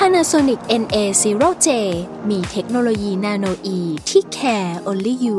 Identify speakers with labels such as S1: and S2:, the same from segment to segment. S1: Panasonic NA0J มีเทคโนโลยีนาโนอีที่ care only you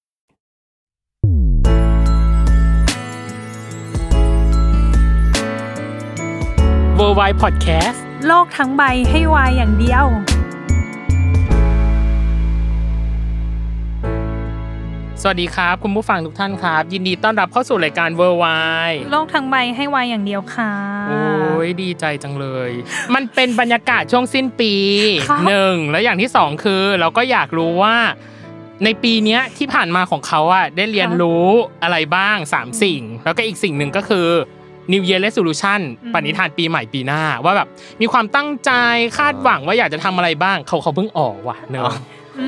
S2: เวอร์ไวพอดแคสต์
S3: โลกทั้งใบให้วายอย่างเดียว
S2: สวัสดีครับคุณผู้ฟังทุกท่านครับ ยินดีต้อนรับเข้าสู่รายการเวอร์ไว
S3: โลกทั้งใบให้วายอย่างเดียวค่ะ
S2: โอ้ยดีใจจังเลย มันเป็นบรรยากาศช่วงสิ้นปี
S3: ครับ
S2: หนึ่งแล้วอย่างที่สองคือเราก็อยากรู้ว่า ในปีเนี้ยที่ผ่านมาของเขาอะได้เรียนรู้อะไรบ้างสามสิ่ง แล้วก็อีกสิ่งหนึ่งก็คือ New Year Resolution ปณิธานปีใหม่ปีหน้า ว่าแบบมีความตั้งใจคาดหวังว่าอยากจะทำอะไรบ้างเขาเขาเพิ่งออกว่ะเนอะ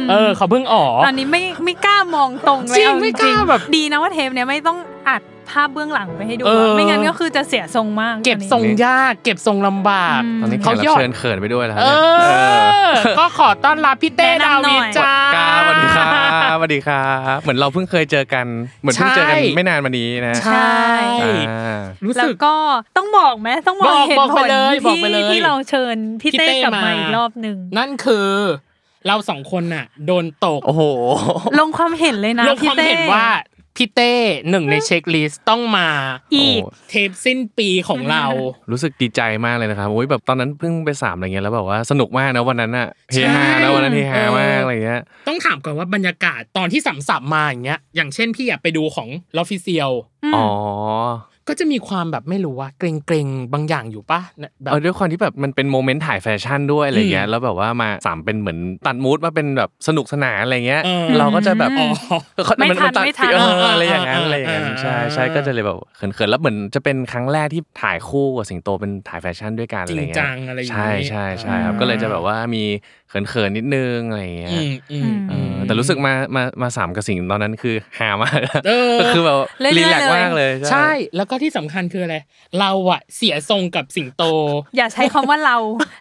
S3: ม
S2: เออเขาเพิ่งออก
S3: ตอนนี้ไม่ไม่กล้ามองตรงเลย
S2: จริง
S3: เอ
S2: ไม่กล้าแบบ
S3: ดีนะว่าเทปเนี้ยไม่ต้องอัดภาพเบื้องหลังไปให้ดู
S2: เออ
S3: ไม่งั้นก็คือจะเสียทรงมาก
S2: เก็บ
S3: ตอนนี้
S2: ทรงยากเก็บทรงลำบาก
S3: อืม
S4: ตอนนี้แขกรับเชิญเขินไปด้วยแล้ว
S2: เอ
S4: เนี่ย
S2: อ ก็ขอต้อนรับพี่เต้ดาน
S3: แนะำหน่
S2: วิ
S3: อย
S2: ดจ้า
S4: ครับสวัสดีครับสวัสดีครับ เหมือนเราเพิ่งเคยเจอกัน เหมือนเพิ่งเจอกัน
S2: ใช่
S4: ไม่นานมานี้นะ
S2: ใช่
S4: อ่า
S2: รู้
S3: แล้ว
S2: สึก
S3: ก็ต้องบอกไหมต้องบ
S2: บอกอก
S3: เห
S2: บอก
S3: ตุผ
S2: ไป
S3: ล
S2: เลยบอก
S3: ที่
S2: ไปเลย
S3: ที่เราเชิญพี่
S2: พี่
S3: เต้
S2: เต้
S3: กลับมา
S2: มา
S3: อีกรอบหนึ่ง
S2: นั่นคือ เราสองคนน่ะ โดนตก
S4: โอ้โห
S3: ลงความเห็นเลยนะ
S2: ลงค
S3: พี่
S2: วาม
S3: เต้
S2: เห็นว่าพี่เต้หนึ่งในเช็คลิสต์ต้องมา
S3: อีก
S4: โอ้
S2: เทปสิ้นปีของเรา
S4: รู้สึกดีใจมากเลยนะครับโอ้ยแบบตอนนั้นเพิ่งไปสามอะไรเงี้ยแล้วแบบว่าสนุกมากนะวันนั้นอะเฮฮา
S2: ใช่
S4: นะวันนั้นเฮฮามากอะไรเงี้ย
S2: ต้องถามก่อนว่าบรรยากาศตอนที่สัมสับมาอย่างเงี้ย อย่างเช่นพี่อยากไปดูของลอฟิเซียล
S4: อ๋อ
S2: ก็จะมีความแบบไม่รู้ว่าเกรงเกรงๆบางอย่างอยู่ปะแบบ
S4: เออด้วยความที่แบบมันเป็นโมเมนต์ถ่ายแฟชั่นด้วยอะไรเงี้ย แล้วแบบว่ามาสามเป็นเหมือนตัดมูดมาเป็นแบบสนุกสนานอะไรเงี้ย
S2: เออ
S4: เราก็จะแบบ
S2: อ๋อ
S4: เขา
S3: ไม่
S4: มัน
S3: ทัน
S4: มันตัด
S3: ไม่ทัน
S4: เออ
S2: เอออ
S4: อะไรอย่างนั้น
S2: เออ
S4: อะไรอย่างนั้น
S2: เออ
S4: ใช่ใช่
S2: เออ
S4: ก็จะเลยแบบเขินๆแล้วเหมือนจะเป็นครั้งแรกที่ถ่ายคู่กับสิงโตเป็นถ่ายแฟชั่นด้วยกัน
S2: จ
S4: อะ
S2: ริ
S4: ไรง เงี้ย
S2: จังอะไรอย่าง
S4: ใช่
S2: งี้
S4: ใช่ใช่ครับ
S3: อ่า
S4: ก็เลยจะแบบว่ามีเขินๆนิดนึงอะไรอย่างเงี้ย
S2: อืมอืม
S4: เอ
S2: อื
S4: อ
S2: ม
S4: อแต่รู้สึกมามามาสามกับสิงตอนนั้นคือฮามาก
S2: เออ
S4: ก็คือแบบ
S3: เรื่อยๆ
S4: รีแลกซ์
S3: เลย
S4: มากเลย
S2: ใช่แล้วก็ที่สำคัญคืออะไร เราอะเสียทรงกับสิงโต
S3: อย่าใช้คำว่าเรา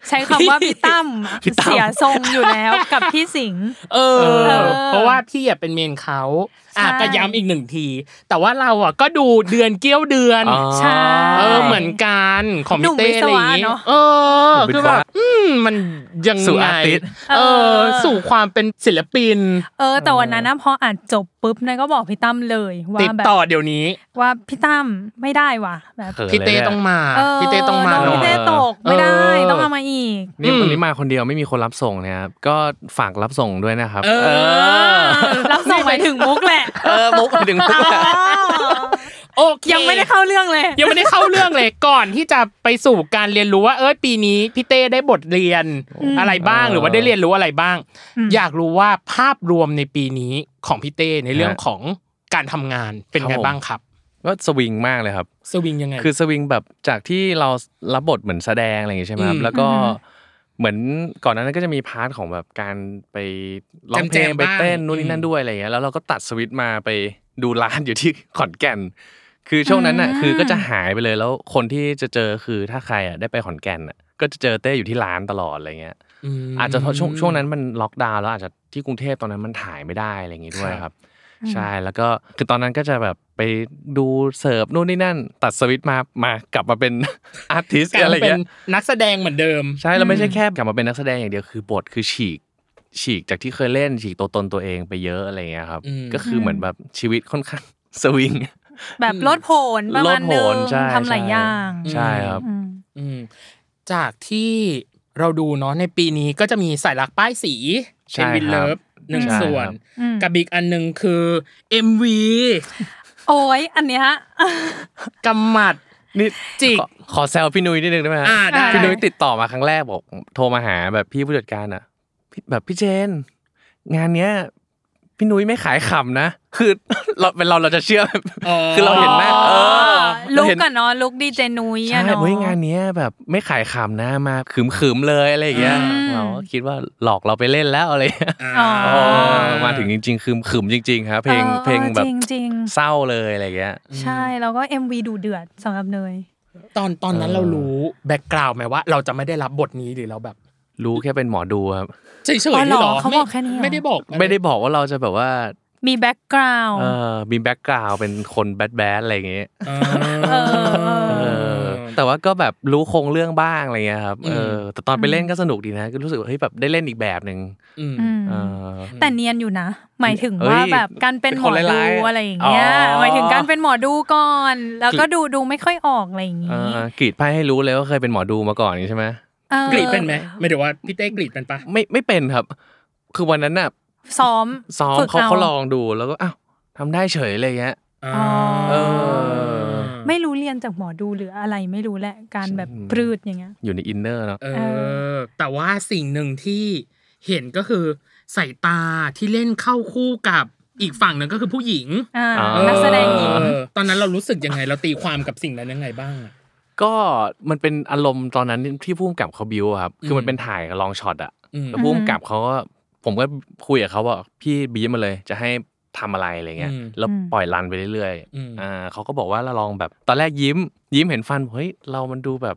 S3: ใช้คำว่าพี่ตั้ม
S2: พี่ตั้ม
S3: เสียทรงอยู่แล้วกับพี่สิงห์
S2: เอ
S3: เออ
S2: เพราะว่าพี่อะเป็นเมนเขาอ่ะ
S3: ใช่
S2: ก็ย้ำอีกหนึ่งที แต่ว่าเราอะก็ดูเดือนเกี้ยวเดือน
S4: อ๋อ
S3: ใช่
S2: เออเหมือนกันของ
S3: หนุ่
S2: พี่
S3: ม
S2: เต้
S3: วิศ
S2: อะไรอย่า
S3: วะ
S2: งงี้
S3: เนอะ
S2: เออ
S4: หนุ่มวิ
S2: คือ
S4: ศวะ
S2: แบบอืมมันยัง
S4: สู่
S2: ไง
S4: artist
S2: เอ
S3: เอ
S2: อ
S3: อ
S2: สู่ความเป็นศิลปิน
S3: เออแต่วันนั้นนะพออ่านจบปุ๊บนายก็บอกพี่ตั้มเลยว่า
S2: ติด
S3: แบบ
S2: ต่อเดี๋ยวนี้
S3: ว่าพี่ตั้มไม่ได้ว่ะแบบ
S4: ขินล
S2: พี่
S4: ย
S2: เต้ต้องมา
S3: เออ
S2: พี่เต้ต้องมา
S3: น้
S4: อ
S3: พี่เต้ตกไม่ได้
S2: เออ
S3: ต้องเอามาอีก
S4: นี่
S2: อืม
S4: วันนี้มาคนเดียวไม่มีคนรับส่งเนะครับก็ฝากรับส่งด้วยนะครับ
S2: เออ
S3: เราส่งไปถึงมุกแหละ
S4: เออมุกไปถึงมุกอะ
S2: โอเค
S3: ยังไม่ได้เข้าเรื่องเลย
S2: ยังไม่ได้เข้าเรื่องเลยก่อนที่จะไปสู่การเรียนรู้ว่า เอ้ยปีนี้พี่เต้ได้บทเรียนอะไรบ้าง
S4: เออ
S2: หรือว่าได้เรียนรู้อะไรบ้าง
S3: อืม
S2: อยากรู้ว่าภาพรวมในปีนี้ของพี่เต้ในเรื่องของการทำงานเป็นไงบ้างครับ
S4: ก็สวิงมากเลยครับ
S2: สวิงยังไง
S4: คือสวิงแบบจากที่เรารับบทเหมือนแสดงอะไรอย่างงี้ใช่ไหมครั
S2: อื
S4: บ
S2: ม
S4: แล้วก็
S3: อืม
S4: เหมือนก่อนหนานั้นก็จะมีพาร์ทของแบบการไปร้องเพ
S2: แจ
S4: ล
S2: ม
S4: ง
S2: ๆ
S4: ไปเต้น
S2: บ้าง
S4: นู่น
S2: อื
S4: นี่
S2: ม
S4: นั่นด้วยอะไรอย่างเงี้ยแล้วเราก็ตัดสวิตช์มาไปดูร้านอยู่ที่ขอนแก่น คือช่วงนั้นน่ะคือก็จะหายไปเลยแล้วคนที่จะเจอคือถ้าใครอ่ะได้ไปขอนแก่นอ่ะก็จะเจอเต้อยู่ที่ร้านตลอดอะไรเงี้ย
S2: ม
S4: อาจจะเพราะช่วงช่วงนั้นมันล็อกดาวน์แล้วอาจจะที่กรุงเทพตอนนั้นมันถ่ายไม่ได้อะไรอย่างงี้ด้วยครับ ใช่แล้วก็คือตอนนั้นก็จะแบบไปดูเสิร์ฟนู่นนี่นั่น ตัดสวิตช์มามากลับมาเป็น อาร์ติส
S2: กลับ
S4: อะไร
S2: มาเป็
S4: เงี้
S2: น
S4: ย
S2: นักแสดงเหมือนเดิม
S4: ใช่เราไม่ใช่แค่กลับมาเป็นนักแสดงอย่างเดียวคือบทคือฉีก ฉีกจากที่เคยเล่นฉีกตัวตนตัวเองไปเยอะอะไรเงี้ยครับ
S2: อืม
S4: ก็คือเหมือนแบบชีวิตค่อนข้าง สวิง
S3: แบบลดโผนประมาณหนึง
S4: ลดโผนใช่
S3: ทำหลายอย่าง
S4: ใช่ครับ
S3: อืม
S2: อืมจากที่ เราดูเนาะในปีนี้ก็จะมีสายลักป้ายสี
S4: ใช่
S2: เป็นวิน
S4: ครับ
S2: เลิฟหนึ่ง
S4: ใช่
S2: ส่วน
S4: ครับ
S3: อืม
S2: กับอีกอันหนึ่งคือ MV
S3: โอ้ยอันเนี้ย
S2: กำหมัด
S4: นี่
S2: จิก
S4: ขอขอแซวพี่นุ้ยนิดนึงได้ไหมฮะ
S2: อ่าได้
S4: พี่นุ้ยติดต่อมาครั้งแรกบอกโทรมาหาแบบพี่ผู้จัดการอ่ะพี่แบบพี่เจน งานเนี้ย พี่นุ้ยไม่ขายขำนะ คือ เราเป็นเราเราจะเชื่อ แบบ
S2: อ๋อ
S4: คือเราเห็นหน้าเออ
S3: ลุก
S4: เราเห็น
S3: อะเนาะลุกดีเจนุ้ยอะ
S4: ใช่
S3: เนาะ
S4: เฮ้ยงานเนี้ยแบบไม่ขายขำนะมาขืมๆเลยอะไรอย่างเงี้ย
S3: อืม
S4: เราก็คิดว่าหลอกเราไปเล่นแล้วอะไรเงี้ย
S3: อ๋อ
S4: เออมาถึงจริง ๆ คือขึมจริง ๆ ครับ เพลง
S3: ออ
S4: เพลงแบบ
S3: จริงจริง
S4: เศร้าเลยอะไรเงี้ย
S3: ใช่แล้วก็ MV ดูเดือดสำหรับเนย
S2: ตอนตอนนั้น
S4: เออ
S2: เรารู้แบ็กกราวด์ไหมว่า เราจะไม่ได้รับบทนี้หรือเราแบบ
S4: รู้แค่เป็นหมอดูครับ
S2: เฉยๆ
S3: อ๋อเหรอ
S2: หรอ
S3: เขาบอกแค่นี้เหรอ
S2: ไม่ได้บอก
S4: ไม่ได้บอกว่าเราจะแบบว่า
S3: มีแบ็กกราวด์
S4: เออมีแบ็กกราวเป็นคนแบดแบดอะไรอย่างเงี้ย
S2: เอ
S3: เออเอ
S4: เออ
S2: อ
S4: แต่ว่าก็แบบรู้โครงเรื่องบ้างอะไรเงี้ยครับ
S2: อืม
S4: เออแต่ตอนไปเล่นก็สนุกดีนะก็รู้สึกว่าเฮ้ยแบบได้เล่นอีกแบบหนึ่ง
S2: อืม
S3: ม
S4: เออ
S3: แต่เนียนอยู่นะ หมายถึง
S4: เอ้ย
S3: ว่าแบบการเป็นหมอ
S4: เป็นคน
S3: ดู
S4: ร้ายๆ
S3: อะไรอย่างเงี้ย
S4: อ๋อ
S3: หมายถึงการเป็นหมอดูก่อน แล้วก็ดูดูไม่ค่อยออกอะไรอย่าง
S4: เอ
S3: งี้
S4: อกรีดไพ่ให้รู้เลยว่าเคยเป็นหมอดูมาก่อนอย่างงี้ใช่ไหม
S3: เออก
S2: รีดเป็นไหมไม่เดี๋ยวว่าพี่เต้กรีดเป็นปะ
S4: ไม่ไม่เป็นครับ คือวันนั้นน่ะ
S3: ซ้อม
S4: ซ้อม
S3: ฝึก
S4: เขา
S3: อ
S4: เขาลองดูแล้วก็อ้าวทำได้เฉยเลยเงี้ย
S2: อ๋อ
S4: เออ
S3: ไม่รู้เรียนจากหมอดูหรืออะไรไม่รู้แหละการแบบปรืดอย่างเงี้ย
S4: อยู่ในอินเนอร์เนาะ
S2: เอ
S3: เอ
S2: อ แต่ว่าสิ่งหนึ่งที่เห็นก็คือสายตาที่เล่นเข้าคู่กับอีกฝั่งหนึ่งก็คือผู้หญิง
S3: อ่า
S4: า
S3: นักแสดงหญิง
S2: เออตอนนั้นเรารู้สึกยังไงเราตีความกับสิ่งนั้นยังไงบ้างอะ
S4: ก็มันเป็นอารมณ์ตอนนั้นที่พุ่มกับเขาบิวอะครับ คือมันเป็นถ่ายกับลองช็อตอะ
S2: อืม
S4: แล้วพุ่มกับเขาก็ผมก็คุยกับเขาว่าพี่บีบมาเลยจะให้ทำอะไรอะไรเงี้ย
S2: อืม
S4: แล้วปล่อยรันไปเรื่อย
S2: อืม
S4: ๆอ่าเขาก็บอกว่าเราลองแบบตอนแรกยิ้ม ยิ้มเห็นฟันเฮ้ยเรามันดูแบบ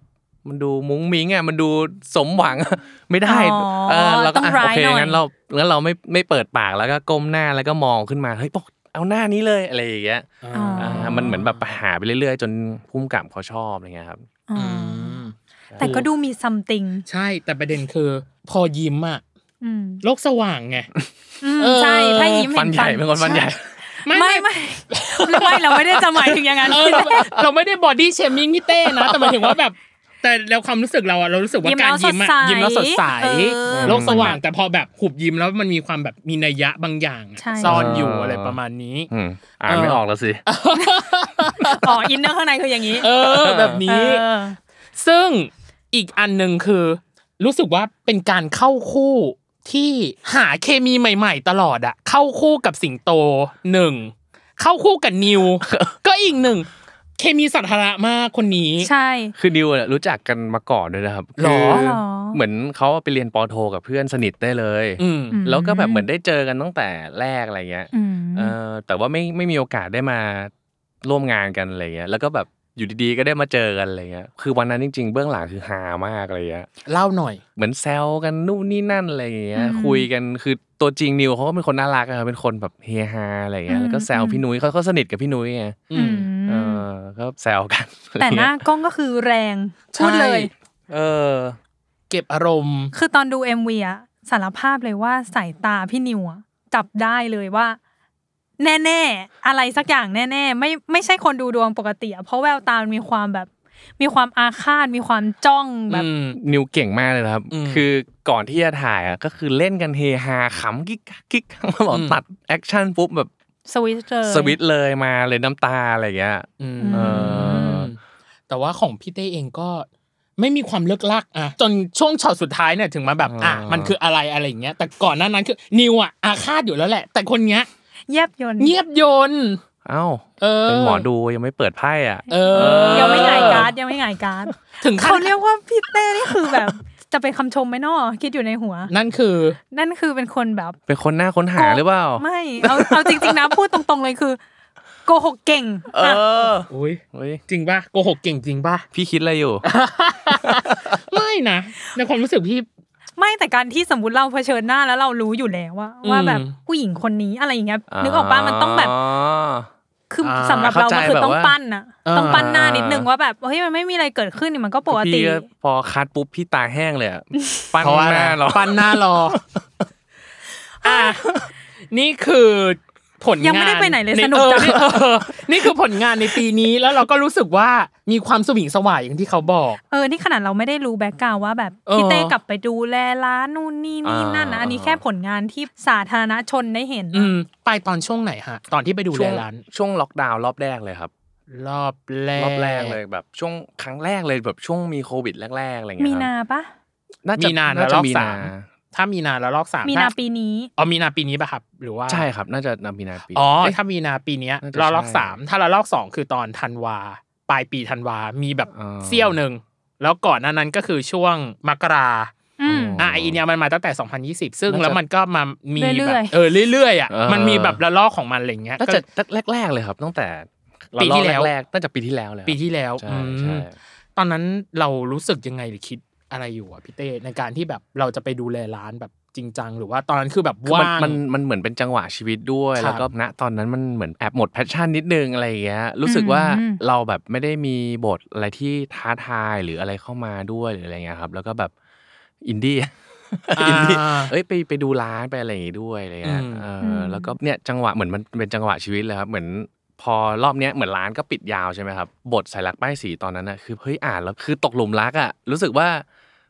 S4: มันดูมุ้งมิ้งอะมันดูสมหวังอะ ไม่ได้
S3: อ๋อ
S4: เออเราก็
S3: ต้อง
S4: อ่ะ
S3: ร้า
S4: โอย เค
S3: หน่อย
S4: งั้นเรา งั้นเราไม่ไม่เปิดปากแล้วก็ก้มหน้าแล้วก็มองขึ้นมาเฮ้ยบอกเอาหน้านี้เลยอะไรอย่างเงี้ย
S3: อ๋ออ่
S4: อ่ามันเหมือนแบบหาไปเรื่อยๆ จนพุ่มกับเขาชอบอะไรเงี้ยครับ
S3: อ๋อ
S2: อื
S3: อ
S2: ม
S3: แต่ก็ดูมีซัมติง
S2: ใช่แต่ประเด็นคือ พอยิ้มอะ
S3: อืม
S2: โลกสว่างไง
S3: อืม
S2: เออ
S3: ใช่ถ้ายิ้มเห็น
S4: ฟันใหญ่เป็นคนฟันใหญ่
S3: ไม่ไม่ไม่ไม่เราไม่ได้จะหมายถึงอย่างนั้น
S2: เออเราเราไม่ได้บอดี้เชมิ่งพี่เต้นะ แต่หมายถึงว่าแบบ แต่แล้วความรู้สึกเราอะเรารู้สึกว่า
S3: ยิ้ม
S2: การ
S3: แล้ว
S2: ยิ้มอะ
S3: สดใส
S2: ยิ้มแล้วสดใส
S3: เออ
S2: โลกสว่าง แต่พอแบบหุบยิ้มแล้วมันมีความแบบมีนัยยะบางอย่างอะ
S3: ใช่
S2: ซ่อนอยู่
S4: เอออ
S2: อะไรประมาณนี้
S4: อืมอ่านไม่ออกแล้วสิ
S3: อ๋ออินเนอร์ข้างในคืออย่างนี้
S2: เออ แบบ
S3: เอ
S2: นี้
S3: อ
S2: ซึ่งอีกอันหนึ่งคือ รู้สึกว่าเป็นการเข้าคู่ที่หาเคมีใหม่ ๆ ตลอดอะเข้าคู่กับสิงโตหนึ่งเข้าคู่กับ นิว ก็อีกหนึ่งเคมีสัทธาระมากคนนี้
S3: ใช่
S4: คือนิวเนี่ยรู้จักกันมาก่อนด้วยนะครับ
S2: หรอ
S4: คื
S3: หรอ
S4: เหมือนเขาไปเรียนปอโทกับเพื่อนสนิทได้เลย
S2: อืม
S4: แล้วก็แบบเหมือนได้เจอกันตั้งแต่แรกอะไรเงี้ย
S3: อืม
S4: เออแต่ว่าไม่ไม่มีโอกาสได้มาร่วมงานกันอะไรเงี้ย แล้วก็แบบอยู่ดีๆก็ได้มาเจอกันอะไรเงี้ย คือวันนั้นจริง ๆ เบื้องหลังคือฮามากอะไรเงี้ย
S2: เล่าหน่อย
S4: เหมือนแซวกันนู่นนี่นั่นอะไรอย่างเงี้ยคุยกันคือตัวจริงนิวเขาก็เป็นคนน่ารักอะเป็นคนแบบเฮฮาอะไรอย่างเงี้ยแล้วก็แซวพี่นุ้ยเขาเขาสนิทกับพี่นุ้ยไง
S2: อืม
S4: เออก็แซวกัน
S3: แต่หน้ากล้องก็คือแรง พูดเลย
S2: ใช่
S4: เออ
S2: เก็บอารมณ์
S3: คือตอนดู MV อะสารภาพเลยว่าสายตาพี่นิวอะจับได้เลยว่า แน่ๆ อะไรสักอย่างแน่ๆ ไม่ไม่ใช่คนดูดวงปกติอะเพราะแววตามันมีความแบบ มีความอาฆาตมีความจ้องแบบ
S2: อืม
S4: นิวเก่งมากเลยนะครับ
S2: อืม
S4: คือก่อนที่จะถ่ายอ่ะก็คือเล่นกันเฮฮาขำกิ๊กกักกิ๊กกักแล้วบอก
S2: อืม
S4: ตัดแอคชั่นปุ๊บแบบ
S3: สวิตช์เลย
S4: สวิตช์เลยมาเลยน้ำตาอะไรอย่างเงี้ย
S2: อืม
S4: เออ
S2: แต่ว่าของพี่เต้เองก็ไม่มีความเลิกลักอะจนช่วงช็อตสุดท้ายเนี่ยถึงมาแบบอ่ะ
S4: อ่ามั
S2: มันคืออะไรอะไรอย่างเงี้ย แต่ก่อนหน้านั้นคือนิวอะอาฆาตอยู่แล้วแหละ แต่คนเนี้ย
S3: เยียบยนต์
S2: เงียบยนต์
S4: เอ้า
S2: เออ
S4: เป็นหมอดูยังไม่เปิดไพ่อ่ะ
S2: เออ
S3: ยังไม่หงายการ์ดยังไม่หงายการ์ด
S2: ถึง
S3: เขา
S2: ขั้น
S3: เรียกว่าพี่เต้นี่คือแบบ จะเป็นคำชมไหมเนอะคิดอยู่ในหัว
S2: นั่นคือ
S3: นั่นคือเป็นคนแบบ
S4: เป็นคนหน้าค้นหาหรือเปล่า
S3: ไม่เอาเอาจริง ๆ นะพูดตรง ๆ เลยคือ โกหกเก่ง
S4: เอ
S3: อะ
S4: อ
S2: อุ้ย
S4: เฮ้ย
S2: จริงป่ะโกหกเก่งจริงป่ะ
S4: พี่คิดอะไรอยู่
S2: ไม่นะในความรู้สึกพี่
S3: ไม่แต่การที่สมมติเราเผชิญหน้าแล้วเรารู้อยู่แล้วว่า
S2: อืม
S3: ว่าแบบผู้หญิงคนนี้อะไรอย่างเงี้ยนึกออกป่ะมันต้องแบบคืออา สำหรับเรามันคือ
S4: เข้าใจ
S3: ต้อง
S4: แบบว่า
S3: ปั้นอะต้องปั้นหน้านิดนึงว่าแบบเฮ้ยมันไม่มีอะไรเกิดขึ้นนี่มันก็ปกติ
S4: พี่พอคัดปุ๊บพี่ตาแห้ง เลยอะปั้น
S2: เพราะว่า
S4: หน้าเรา
S2: ปั้นหน้ารอ อ่ะนี่คือ ผลงาน
S3: ยังไม่ได้ไปไหนเลย
S2: ใ
S3: สนุกจัง
S2: เออเออนี่คือผลงานในปีนี้แล้วเราก็รู้สึกว่ามีความสวิงสว่ายอย่างที่เขาบอก
S3: เออ นี่ขนาดเราไม่ได้รู้แบ็กกราวว่าแบบ
S2: เออ
S3: พี่เต้กลับไปดูแลร้านนู่นนี่นี่นั่นนะ
S4: อ่า
S3: อันนี้แค่ผลงานที่สาธารณชนได้เห็น
S2: อืม ไปตอนช่วงไหนฮะ ตอนที่ไปดู
S4: ช่
S2: แล
S4: วง
S2: ร้าน
S4: ช่วงล็อกดาวน์รอบแรกเลยครับ
S2: รอบแรก
S4: รอบแรกเลยแบบช่วงครั้งแรกเลยแบบช่วงมีโควิดแรกๆอะไรเงี้ย
S3: มี
S4: ครับ
S3: นาปะ
S4: น่าจะ
S2: มีนา
S4: น่า
S2: แล้วร
S4: จะ
S2: อบ
S4: มี
S2: สาม
S4: นา
S2: ถ้ามีนาแล้วรอบสาม
S3: มีนาปีนี้
S2: อ๋อมีนาปีนี้ป่ะครับ หรือว่า
S4: ใช่ครับ น่าจะนำมีนาปี
S2: อ๋อ
S4: เะ
S2: ถ้ามีนาปีเนี้ย
S4: น่าจะ
S2: รอบรอบ
S4: ใช่
S2: สามถ้าเรารอบสองคือตอนธันวาปลายปีธันวามีแบบ
S4: อ่า
S2: เซี่ยวหนึ่งแล้วก่อนหน้านั้นก็คือช่วงมกรา
S3: อืม
S2: อ่ะไออีเนี่ยมันมาตั้งแต่ 2020 ซึ่ง
S4: น่าจะ
S2: แล้วมันก็มามี
S3: เรื่
S2: แบบ
S3: อยๆ
S2: เออเรื่อยๆอ่ะ
S4: เออ
S2: มันมีแบบระลอกของมันอะไรเงี้ย
S4: น่า
S2: ก็
S4: จะแรกๆเลยครับ ตั้งแต่
S2: ปีที่แล้ว
S4: รอบรกๆน่าจะปีที่แล้วเลยครับ
S2: ปีที่แล้ว
S4: ใช่
S2: อืม
S4: ใช่
S2: ตอนนั้นเรารู้สึกยังไงหรือคิดอะไรอยู่อ่ะพี่เต้ในการที่แบบเราจะไปดูแลร้านแบบจริงจังหรือว่าตอนนั้นคือแบบ
S4: คือ
S2: ว่า
S4: มัน
S2: ง
S4: มันมันเหมือนเป็นจังหวะชีวิตด้วย
S2: ครับ
S4: แล้วก็ณตอนนั้นมันเหมือนแอบหมดแพชชั่นนิดนึงอะไรอย่างเงี้ยรู้สึกว่า
S3: อืม
S4: เราแบบไม่ได้มีบทอะไรที่ท้าทายหรืออะไรเข้ามาด้วยหรืออะไรเงี้ยครับ แล้วก็แบบอินดี้ อินดี้
S2: อ่า
S4: เอ้ยไปไปดูร้านไปอะไรอย่างงี้ด้วยอะไรเงี้ย
S2: อืม
S4: เออ
S3: ม
S4: อแล้วก็เนี่ยจังหวะเหมือนมันเป็นจังหวะชีวิตเลยครับเหมือนพอรอบเนี้ยเหมือนร้านก็ปิดยาวใช่ไหมครับบทสายรักป้ายสีตอนนั้นน่ะคือเฮ้ยอ่านแล้วคือตกหลุมรักอ่ะรู้สึกว่า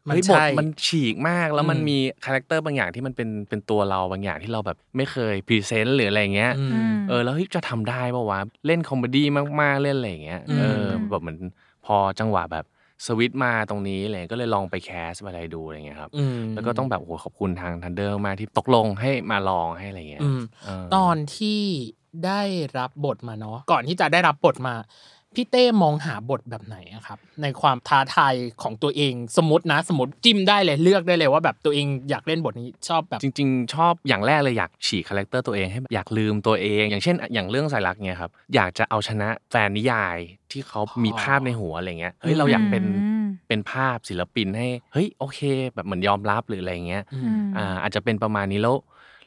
S2: มัน
S4: เฮ้ยบ
S2: ใช่
S4: ทมันฉีกมากแล้วมัน
S2: อืม
S4: มีคาแรคเตอร์บางอย่างที่มันเป็นเป็นตัวเราบางอย่างที่เราแบบไม่เคยพรีเซนต์หรืออะไรเงี้ย
S2: อืม
S3: อืม
S4: เออแล้วเฮ้ยจะทำได้ปะวะเล่นคอมเมดี้มากๆเล่นอะไรเงี้ย
S2: อืม
S4: เออแบบเหมือนพอจังหวะแบบสวิตช์มาตรงนี้อะไรเงี้ยก็เลยลองไปแคสไปอะไรดูอะไรเงี้ยครับ
S2: อืม
S4: แล้วก็ต้องแบบโหขอบคุณทางทันเดอร์มากที่ตกลงให้มาลองให้อะไรเงี้ย
S2: อืม
S4: เ
S2: ตอนที่ได้รับบทมาเนาะก่อนที่จะได้รับบทมาพี่เต้มองหาบทแบบไหนอะครับ ในความท้าทายของตัวเองสมมตินะ สมมติจิ้มได้เลยเลือกได้เลยว่าแบบตัวเองอยากเล่นบทนี้ชอบแบบ
S4: จริงๆ ชอบอย่างแรกเลยอยากฉีกคาแรคเตอร์ตัวเองให้แบบอยากลืมตัวเอง อย่างเช่น อย่างเรื่องสายรักเนี่ยครับอยากจะเอาชนะแฟนนิยายที่เขามีภาพในหัวอะไรเงี้ยเฮ้ยเราอยากเป็น
S3: อืม
S4: เป็นภาพศิลปินให้เฮ้ยโอเค แบบเหมือนยอมรับหรืออะไรเงี้ย
S2: อืม
S3: อืม
S4: อ่าอาจจะเป็นประมาณนี้แล้ว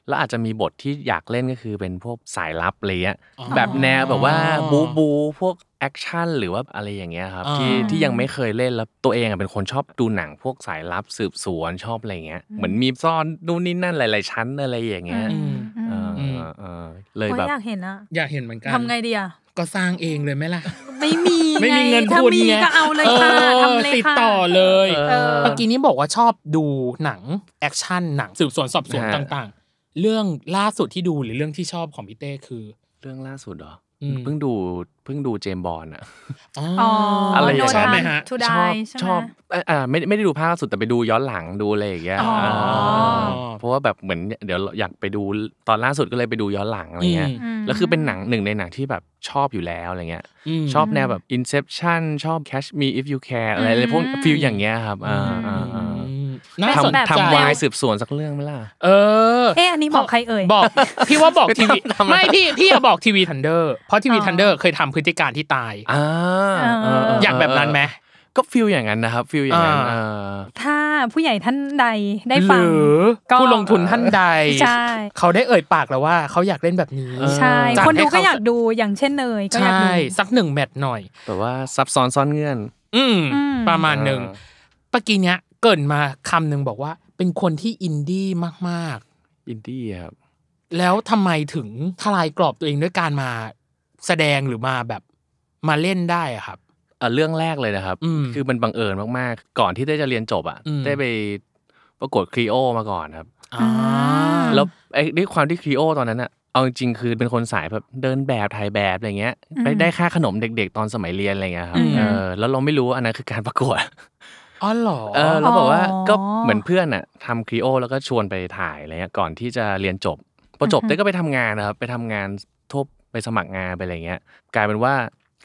S4: แล้วอาจจะมีบทที่อยากเล่นก็คือเป็นพวกสายลับอะไรเงี้ย
S2: อ๋อ
S4: แบบแนวแบบว่าบูบูพวกแอคชั่นหรือว่าอะไรอย่างเงี้ยครับที่
S2: อ่า
S4: ที่ยังไม่เคยเล่นแล้วตัวเองอะเป็นคนชอบดูหนังพวกสายลับสืบสวนชอบอะไรเงี้ยเหมือนมีซ่อนนู่นนี่นั่นหลาย ๆ ชั้นอะไรอย่างเงี้ย
S2: อืม
S4: เออ
S2: อืม
S4: เออเลย
S3: โอ้ย
S4: แบบ
S3: อยากเห็นอะ
S2: อยากเห็นเหมือนกัน
S3: ทำไงดีอะ
S2: ก็สร้างเองเลยไหมล่ะ
S3: ไม่มี
S2: ไม่มีเงิน
S3: ถ้า
S2: คุณ
S3: มี
S2: ไง
S3: ก็เอาเลยค่ะ
S2: ออ
S3: ทำเลยค่ะ
S2: ติดต่อเลย
S4: เออ
S3: เออ
S2: เมื่อกี้นี้บอกว่าชอบดูหนังแอคชั่นหนังสืบสวนสอบสวน
S4: ฮะ
S2: ต่างๆ เรื่องล่าสุดที่ดูหรือเรื่องที่ชอบของพี่เต้คือ
S4: เรื่องล่าสุดเหรอ
S2: อืม
S4: เพิ่งดูเพิ่งดูเจมส์บอลอะ
S2: อ๋อ
S4: อะ
S2: อะไร
S4: อย่างเงี้ย
S2: ชอบไหมฮะ
S3: No Time to
S4: ช
S3: Die ใช่
S4: อบ
S3: ไหม
S4: ชอบเอ่ออ่าไม่ไม่ได้ดูภาคล่าสุดแต่ไปดูย้อนหลังดูอะไรอย่างเงี้ย
S3: อ๋ออ่
S4: าเพราะว่าแบบเหมือนเดี๋ยวอยากไปดูตอนล่าสุดก็เลยไปดูย้อนหลังอะไรเงี้ย
S2: อืม
S4: แล้วคือเป็นหนังหนึ่งในหนังที่แบบชอบอยู่แล้วอะไรเงี้ย
S2: ม
S4: ชอบแนวแบบ Inception ชอบ Catch Me If You Care อะไร
S3: อืม
S4: อะไรพวกฟิลอย่างเงี้ยครับอ่าอ่าอ่า
S2: อืมน่าสน
S3: แบบ
S4: ทำ
S2: ใจ
S4: ทำวายสืบสวนสักเรื่องไหมล่ะ
S2: เออ
S3: เอ๊ะอันนี้บอกใครเอ่ย
S2: บอก พี่ว่าบอกทีวี
S4: ทำไม
S2: ไม่พี่พี่อย่าบอกทีวีทันเดอร์เพราะทีวี
S3: อ๋อ
S2: ทันเดอร์เคยทำพฤติการที่ตาย
S4: อ่าเเ
S2: อยากแบบนั้นไหม
S4: ก็ฟิลอย่างนั้นนะครับฟิลอย่างนั้น
S2: อ่า
S4: เออ
S3: ถ้าผู้ใหญ่ท่านใดได้ฟัง
S2: หรือ
S3: ก็
S2: ผู้ลงทุนท่านใด
S3: ใช่
S2: เขาได้เอ่ยปากแล้วว่าเขาอยากเล่นแบบนี้
S4: เออ
S3: ใช่
S2: จั
S3: คนดู
S2: ให้เข
S3: ก็อยากดูอย่างเช่นเนยก็อยาก
S2: ใช่
S3: ดู
S2: สักหนึ่งแมตช์หน่อย
S4: แต่ว่าซับซ้อนซ่อนเงื่อน
S2: อืม
S3: อืม
S2: ประมาณหนึ่ง
S4: อ่า
S2: ปกี้เนี้ยเกรินมาคำหนึ่งบอกว่า เป็นคนที่อินดี้มาก
S4: อินดี้ครับ
S2: ๆ แล้วทำไมถึงทลายกรอบตัวเองด้วยการมาแสดงหรือมาแบบมาเล่นได้อะครับ
S4: เอ่อเรื่องแรกเลยนะครับ
S2: อืม
S4: คือมันบังเอิญมากๆ ก่อนที่ได้จะเรียนจบอ่ะ
S2: อืม
S4: ได้ไปประกวดครีโอมาก่อนครับ
S2: อ่า
S3: ม
S4: แล้วไอ้ด้วยความที่ครีโอตอนนั้นอ่ะเอาจริงๆคือเป็นคนสายแบบเดินแบบถ่ายแบบอะไรเงี้ย
S3: อืม
S4: ไปได้ค่าขนมเด็กๆ ตอนสมัยเรียนอะไรเงี้ยครั
S2: อื
S4: บ
S2: ม
S4: เออแล้วเราไม่รู้ว่าอันนั้นคือการประกวด
S2: อ๋อเหรอ
S4: เออเราบอกว่า
S3: อ๋อ
S4: ก็เหมือนเพื่อนอ่ะทำครีโอแล้วก็ชวนไปถ่ายอะไรเงี้ยก่อนที่จะเรียนจบพอจบได้ก็ไปทำงานนะครับไปทำงานทั่วไปสมัครงานไปอะไรเงี้ย กลายเป็นว่า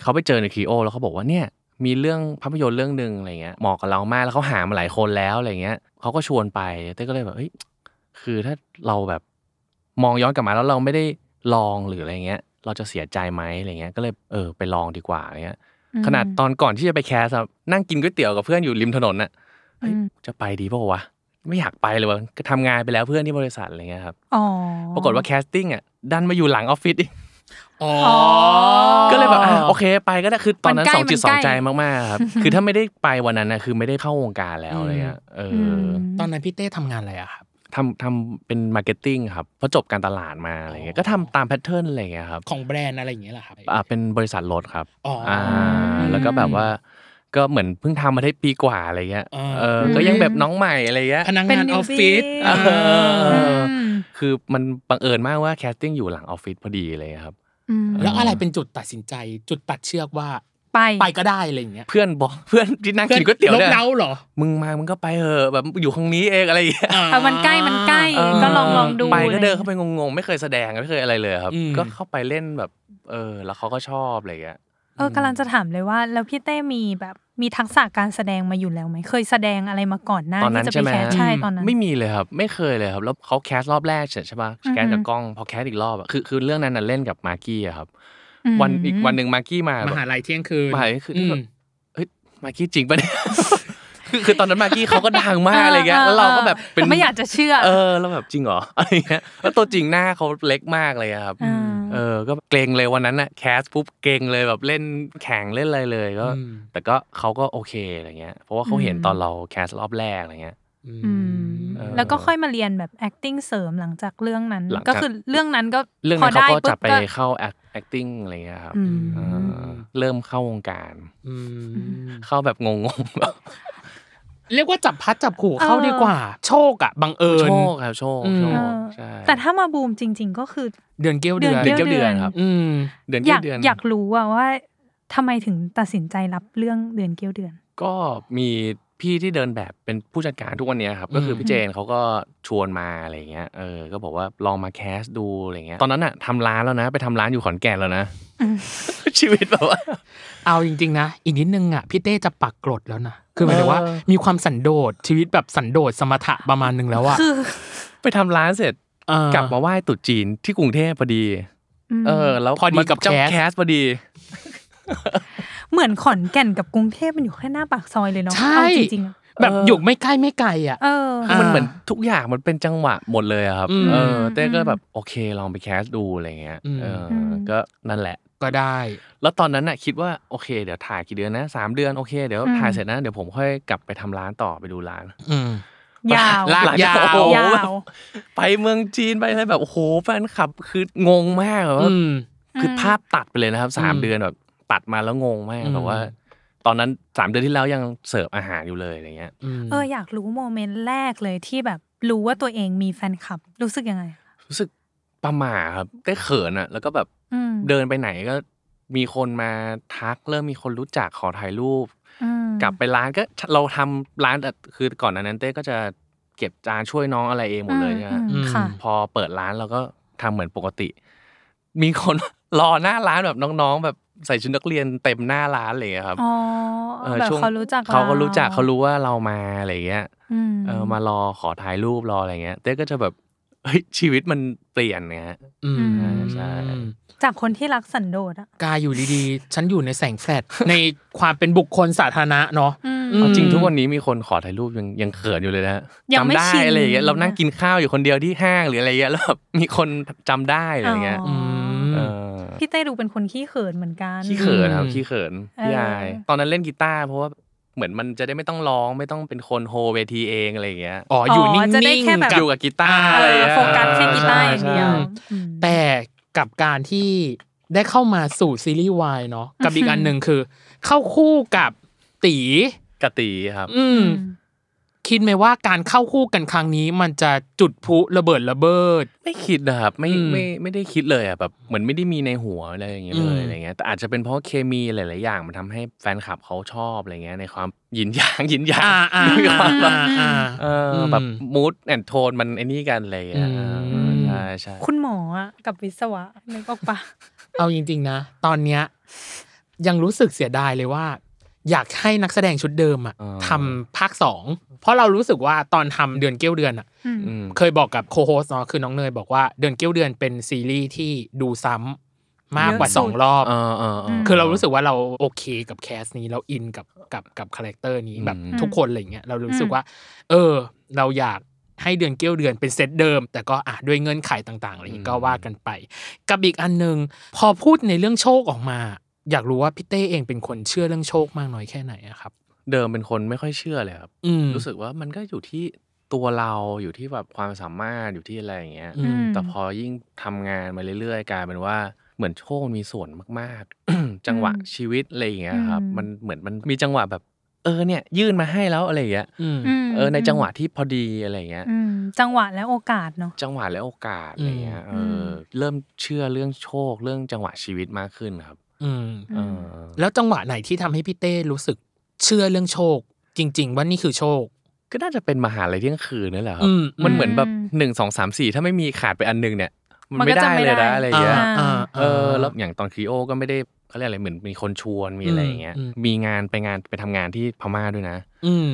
S4: เขาไปเจอในครีโอแล้วเขาบอกว่าเนี่ยมีเรื่องภาพยนตร์เรื่องหนึ่งอะไรเงี้ยเหมาะกับเรามากแล้วเขาหามาหลายคนแล้วอะไรเงี้ยเขาก็ชวนไปเต้ก็เลยแบบเอ้ยคือถ้าเราแบบมองย้อนกลับมาแล้วเราไม่ได้ลองหรืออะไรเงี้ย เราจะเสียใจไหมอะไรเงี้ยก็เลยเออไปลองดีกว่าอะไรเงี้ย
S3: อืม
S4: ขนาดตอนก่อนที่จะไปแคสอะนั่งกินก๋วยเตี๋ยวกับเพื่อนอยู่ริมถนนน่ะเฮ้ย
S3: อืม
S4: จะไปดีเปล่าวะไม่อยากไปเลยวะก็ทำงานไปแล้วเพื่อนที่บริษัทอะไรเงี้ยครับ
S3: อ๋อ
S4: ปรากฏว่าแคสติ้งอ่ะดันมาอยู่หลังออฟฟิศอีก
S2: อ๋อ
S4: ก็เลยแบบอ่ะโอเคไปก็ได้คือตอนนั้น
S3: มันใกล้
S4: สองจิต
S3: มัน
S4: ส
S3: ใก
S4: อ
S3: ล้
S4: งใจมาก ๆครับ คือถ้าไม่ได้ไปวันนั้นนะคือไม่ได้เข้าวงการแล้วอะไรเลยอ่ะเออ
S3: ม
S4: อ
S2: ตอนนั้นพี่เต้ทำงานอะไรอะครับ
S4: ทำทำเป็นมาร์เก็ตติ้งครับเพราะจบการตลาดมาอะไรเงี้ยก็ทำตามแพทเทิร์นอะไรเงี้ยครับ
S2: ของแบรนด์อะไรอย่างเงี้ยเหรอครับ
S4: อ่าเป็นบริษัทรถครับ
S2: อ๋ออ่
S4: ่าแล้วก็แบบว่าก็เหมือนเพิ่งทำมาได้ปีกว่าอะไรเงี้ย
S2: อ่า
S4: เออก็ยังแบบน้องใหม่อะไรเงี้ย
S2: พนัก
S3: เป็น
S2: งานอ
S3: newbie
S2: อฟฟิศ
S4: เออ
S2: เออ
S3: ม
S4: คือมันบังเอิญมากว่าแคสติ้งอยู่หลังออฟฟิศพอดีเลยครับ
S3: อืม
S2: แล้วอะไรเป็นจุดตัดสินใจ จุดตัดเชือกว่า
S3: ไป
S2: ไปก็ได้อะไรอย่างเงี้ย
S4: เพื่อนบอก เพื่อนที่นั่งกินก๋วยเตี๋ยว
S2: ลบ
S4: เนี่ย
S2: เล้าเหรอ
S4: มึงมามึงก็ไปเถอะแบบอยู่ข้างนี้เองอะไรอย่างเงี้ย
S2: อ่า
S3: เออมันใกล้มันใกล้
S4: เออ
S3: ก็ลองลองดู
S4: ไปก็เดิน
S3: อะไรอย่างเงี้ย
S4: เข้าไปงงๆ ไม่เคยแสดงไม่เคยอะไรเลยครับ
S2: อืม
S4: ก็เข้าไปเล่นแบบ เออ แล้วเขาก็ชอบอะไรอย่างเงี้ย
S3: เออกำลังจะถามเลยว่า แล้วพี่เต้มีแบบมีทักษะการแสดงมาอยู่แล้วไหมเคยแสดงอะไรมาก่อนหน้า
S4: ตอนนั้น
S3: ที่จะไป
S4: ใช่ไหม
S3: แคสใช่ตอนนั้น
S4: ไม่มีเลยครับ ไม่เคยเลยครับ แล้วเขาแคสรอบแรกเสร็จใช่ปะ
S3: อือฮึ
S4: แคสกับกล้อง พอแคสอีกรอบอะคือคือเรื่องนั้นน่ะเล่นกับมาร์กี้อะครับ
S3: อืม
S4: วันอีกวันหนึ่งมาร์กี้มาแบ
S2: ม
S4: บ
S2: หาลัยเที่ยงคืน
S4: มหาลัยเที่ยงคืน
S2: ม
S4: เฮ้ยมาร์กี้จริงปะเนี่ย คือคือตอนนั้นมาร์กี้เขาก็ดังมากอะไรเงี้ย แล้วเราก็แบบเป็น
S3: ไม่อยากจะเชื่อ
S4: เออแล้วแบบจริงเหรออะไรเงี้ยแล้วตัวจริงหน้าเขาเล็กมากเลยอะครับ
S3: า
S4: เออ ก็เกรงเลยวันนั้นอะแคสปุ๊บเกรงเลยแบบเล่นแข่งเล่นอะไรเลยก็
S2: อืม
S4: แต่ก็เขาก็โอเคอะไรเงี้ย เพราะว่าเขาเห็นตอนเราแคสรอบแรกอะไรเงี้ย
S2: อื
S3: อื
S2: ม
S3: ม
S4: เออ
S3: แล้วก็ค่อยมาเรียนแบบ acting เสริมหลังจากเรื่องนั้น
S4: หลังจาก
S3: ก็คือเรื่องนั้นก็
S4: เรื่อง
S3: พอ
S4: นั้น
S3: ได้
S4: เขาก็
S3: ปุ๊
S4: จะ
S3: บ
S4: ไป
S3: ก็
S4: เข้า act- acting อะไรเงี้ยครับ
S3: อืม
S4: เออเริ่มเข้าวงการ
S2: อืม
S4: เข้าแบบงงๆแบบ
S2: เรียกว่าจับพัดจับผูเข้าดีกว่า โชคอะบังเอิญ
S4: โชคครับโชคโช
S2: อืม
S3: เอ
S4: ค
S3: อ
S4: ใช่
S3: แต่ถ้ามาบูมจริง ๆ ก็คือ
S2: เดือนเกี้ยว
S3: เดื
S2: เดื
S3: อ
S2: อน น
S4: เดือนเกี้ยวเดือนครับ
S2: อืม
S4: เดือน
S3: อ
S4: เกี่
S3: ยาย ก
S4: วเดือน
S3: อยากรู้ว่าว่าทำไมถึงตัดสินใจรับเรื่องเดือนเกี้ยวเดือน
S4: ก็มีพี่ที่เดินแบบเป็นผู้จัดการทุกวันเนี้ยครับ ก็คืออ
S2: ม
S4: พี่เจนเขาก็ชวนมาอะไรเงี้ยเออก็บอกว่าลองมาแคสดูอะไรเงี้ยตอนนั้นอะทำร้านแล้วนะ ไปทำร้านอยู่ขอนแก่นแล้วนะ ชีวิตแบบว่า
S2: เอาจริง ๆ นะ อีกนิดนึงอะพี่เต้จะปักกรดแล้วนะ คือหมายถึงว่า
S4: เออ
S2: มีความสันโดษชีวิตแบบสันโดษสมถะประมาณนึงแล้วอะ
S3: คือ
S4: ไปทำร้านเสร็จ
S2: เออ
S4: กลับมาไหว้ตรุ๊จีนที่กรุงเทพพอดี
S3: ม
S4: เออ แล้ว
S2: พอดีกับ
S4: มันเจ้า
S2: แคส
S4: แคสพอดี
S3: เหมือนขอนแก่นกับกรุงเทพมันอยู่แค่หน้าปากซอยเลยเนาะ
S2: ใช่
S3: เอาจริงๆอะ
S2: แบบอยู่ไม่ใกล้ไม่ไกลอะ
S3: เออ
S2: อ่ามั
S4: มันเหมือนทุกอย่างมันเป็นจังหวะหมดเลยอะครับ
S2: อืม
S4: เออเต้ก็แบบโอเคลองไปแคสดูอะไรเงี้ย
S2: อืม
S4: เอออ
S3: ม
S4: ก็นั่นแหละ
S2: ก็ได้
S4: แล้วตอนนั้นน่ะคิดว่าโอเคเดี๋ยวถ่ายกี่เดือนนะสามเดือนโอเคเดี๋ยว
S3: อืม
S4: ถ่ายเสร็จนะเดี๋ยวผมค่อยกลับไปทำร้านต่อไปดูร้าน
S2: อืม
S3: ยาว
S2: ลาก
S4: หงจก
S2: ยาว
S4: โอ้โห
S3: ยาว
S4: ไปเมืองจีนไปอะไรแบบโอ้โหแฟนคลับคืองงมากแบบว่า
S2: อืม
S4: คือภาพตัดไปเลยนะครับสาม
S2: อืม
S4: เดือนแบบตัดมาแล้วงงมาก
S2: อืม
S4: แบบว่า ตอนนั้นสามเดือนที่แล้วยังเสิร์ฟอาหารอยู่เลยอะไรเงี้ย
S2: อืม
S3: เอออยากรู้โมเมนต์แรกเลยที่แบบรู้ว่าตัวเองมีแฟนคลับ รู้สึกยังไง
S4: รู้สึกประหม่าครับได้เขินอะแล้วก็แบบ
S3: อืม
S4: เดินไปไหนก็มีคนมาทัก เริ่มมีคนรู้จักขอถ่ายรูป
S3: อืม
S4: กลับไปร้านก็เราทำร้านแต่คือก่อนหนานั้นเต้ก็จะเก็บจานช่วยน้องอะไรเองหมดเลยใช่ไหม
S3: อืมค่ะ
S4: พอเปิดร้านเราก็ทำเหมือนปกติ มีคน รอหน้าร้านแบบน้องๆ แบบใส่ชุดนักเรียนเต็มหน้าร้านอะไรอย่างเลยครับ
S3: อ๋อ
S4: เออ
S3: แบบ
S4: ช่วง
S3: เขารู้จัก
S4: เขาก็รู้จักเขารู้ว่าเรามาอะไรอย่างเงี้ย
S3: อืม
S4: เออมารอขอถ่ายรูปรออะไรเงี้ยเต้ก็จะแบบเฮ้ยชีวิตมันเปลี่ยนไงฮะ
S2: อืม
S4: ใช่
S3: จากคนที่รักสันโดษอะ
S2: กายอยู่ดีๆ ฉันอยู่ในแสงแฟลช ในความเป็นบุคคลสาธารณะเนาะ
S3: อืม
S4: เอาจริง
S2: อืม
S4: ทุกวันนี้มีคนขอถ่ายรูปยังยังเขินอยู่เลยนะฮะ
S3: ยังไม่
S4: จำได้
S3: ชิน
S4: อะไรอย่างเงี้ยเรานั่งกินข้าวอยู่คนเดียวที่ห้างหรืออะไรเงี้ยแล้วแบบมีคนจำได้อะไรเงี้ย
S2: อืม
S4: เออ
S3: พี่เต้ดูเป็นคนขี้เขินเหมือนกัน
S4: ขี้เขินครับ
S2: อืม
S4: ขี้เขิน
S3: เออ
S4: พี่ยายตอนนั้นเล่นกีตาร์เพราะว่าเหมือนมันจะได้ไม่ต้องร้องไม่ต้องเป็นคนโฮเวทีเองอะไรอย่างเงี้ย
S2: อ๋ออยู่นิ่
S3: จะได้
S2: ง
S3: แค่แบบ
S2: ๆ
S4: อยู่กับกีตาร์อะไรอย่าง
S3: เออ
S4: เงี้ย
S3: โฟกัสแค่กีตาร์อย่างเดียว
S4: ใช่
S3: อืม
S2: แต่กับการที่ได้เข้ามาสู่ซีรีส์วายเนาะกับอีกอันหนึ่งคือ เข้าคู่กับตี
S4: กะตีครับ
S2: อืม คิดไหมว่าการเข้าคู่กันครั้งนี้ มันจะจุดพลุระเบิดระเบิด
S4: ไม่คิดนะครับไม่
S2: อืม
S4: ไม่ไม่ได้คิดเลยอ่ะแบบเหมือนไม่ได้มีในหัวอะไรอย่างเงี้ยเล
S2: อื
S4: ย
S2: ม
S4: อะไรเงี้ยแต่อาจจะเป็นเพราะเคมีหลาย ๆ อย่างมันทำให้แฟนคลับเขาชอบอะไรเงี้ยในความหยินหยาง หยินหยาง
S2: อ่าอ่า
S4: มีควา
S2: อ่าม
S4: แบบ
S2: อ่า
S4: เอออแบบ
S2: ม
S4: มูดแอนโทนมันไอ้นี่กันอะไรเงี้ย
S2: อืม
S4: เออใช่ใช่
S3: คุณหมออะกับวิศวะนึกออกปะ
S2: เอาจริง ๆ นะ ตอนเนี้ยยังรู้สึกเสียดายเลยว่า อยากให้นักแสดงชุดเดิมอะทำภาคสองเพราะเรารู้สึกว่าตอนทำเดือนเกี้ยวเดือนอะ
S4: อืม
S2: เคยบอกกับโคโฮสเนาะคือน้องเนยบอกว่าเดือนเกี้ยวเดือนเป็นซีรีส์ที่ดูซ้ำมากกว่า
S3: เยอะสุด
S2: สองรอบ
S4: เออเออเออ
S2: คือเรารู้สึกว่าเราโอเคกับแคสนี้เราอินกับกับกับคาแรคเตอร์นี้
S4: อืม
S2: แบบทุกคนอะไรเงี้ยเรารู้สึกว่า เออ เราอยากให้เดือนเกี้ยวเดือนเป็นเซตเดิม แต่ก็อ่ะด้วยเงื่อนไขต่างๆอะไรอย่างงี้ก็ว่ากันไป กับอีกอันหนึ่งพอพูดในเรื่องโชคออกมา อยากรู้ว่าพี่เต้เองเป็นคนเชื่อเรื่องโชคมากน้อยแค่ไหนอะครับ
S4: เดิมเป็นคนไม่ค่อยเชื่อเลยครับ
S2: อืม
S4: รู้สึกว่ามันก็อยู่ที่ ตัวเราอยู่ที่แบบความสามารถอยู่ที่อะไรอย่างเงี้ย
S2: อืม
S4: แต่พอยิ่งทำงานมาเรื่อยๆกลายเป็นว่าเหมือนโชคมันมีส่วนมากๆ จังหวะชีวิตอะไรอย่างเงี้ยครับ
S3: อืม
S4: มันเหมือนมันมีจังหวะแบบ เออเนี่ย ยื่นมาให้แล้วอะไรอย่างเงี้ย
S2: อืม
S3: ม
S4: เออในจังหวะที่พอดีอะไรอย่างเงี้ย
S3: อืมจังหวะและโอกาสเนาะ
S4: จังหวะและโอกาสอะไรเงี้ยเอออ
S3: ม
S4: เริ่มเชื่อเรื่องโชคเรื่องจังหวะชีวิตมากขึ้นครับ
S2: อืม
S4: เออ
S2: แล้วจังหวะไหนที่ทำให้พี่เต้รู้สึกเชื่อเรื่องโชค จริง ๆ ว่านี่คือโชค
S4: ก็น่าจะเป็นมหาลัยเที่ยงคืนนั่นแหละครับ
S2: อืม
S4: มันเหมือนแบบหนึ่งสองสามสี่ถ้าไม่มีขาดไปอันหนึงเนี่ย มัน
S3: มันก็
S4: ไม่ได้
S3: จะไม่
S4: เลย
S3: ได้
S4: นะอะไรเงี้ย
S2: าา
S4: เออแล้วอย่างตอนครีโอก็ไม่ได้เขาเรียกอะไรเหมือนมีคนชวนมีอะไรอย่างเงี้ย
S2: อืมอืม
S4: มีงานไปงานไปทำงานที่พม่าด้วยนะ
S2: อืม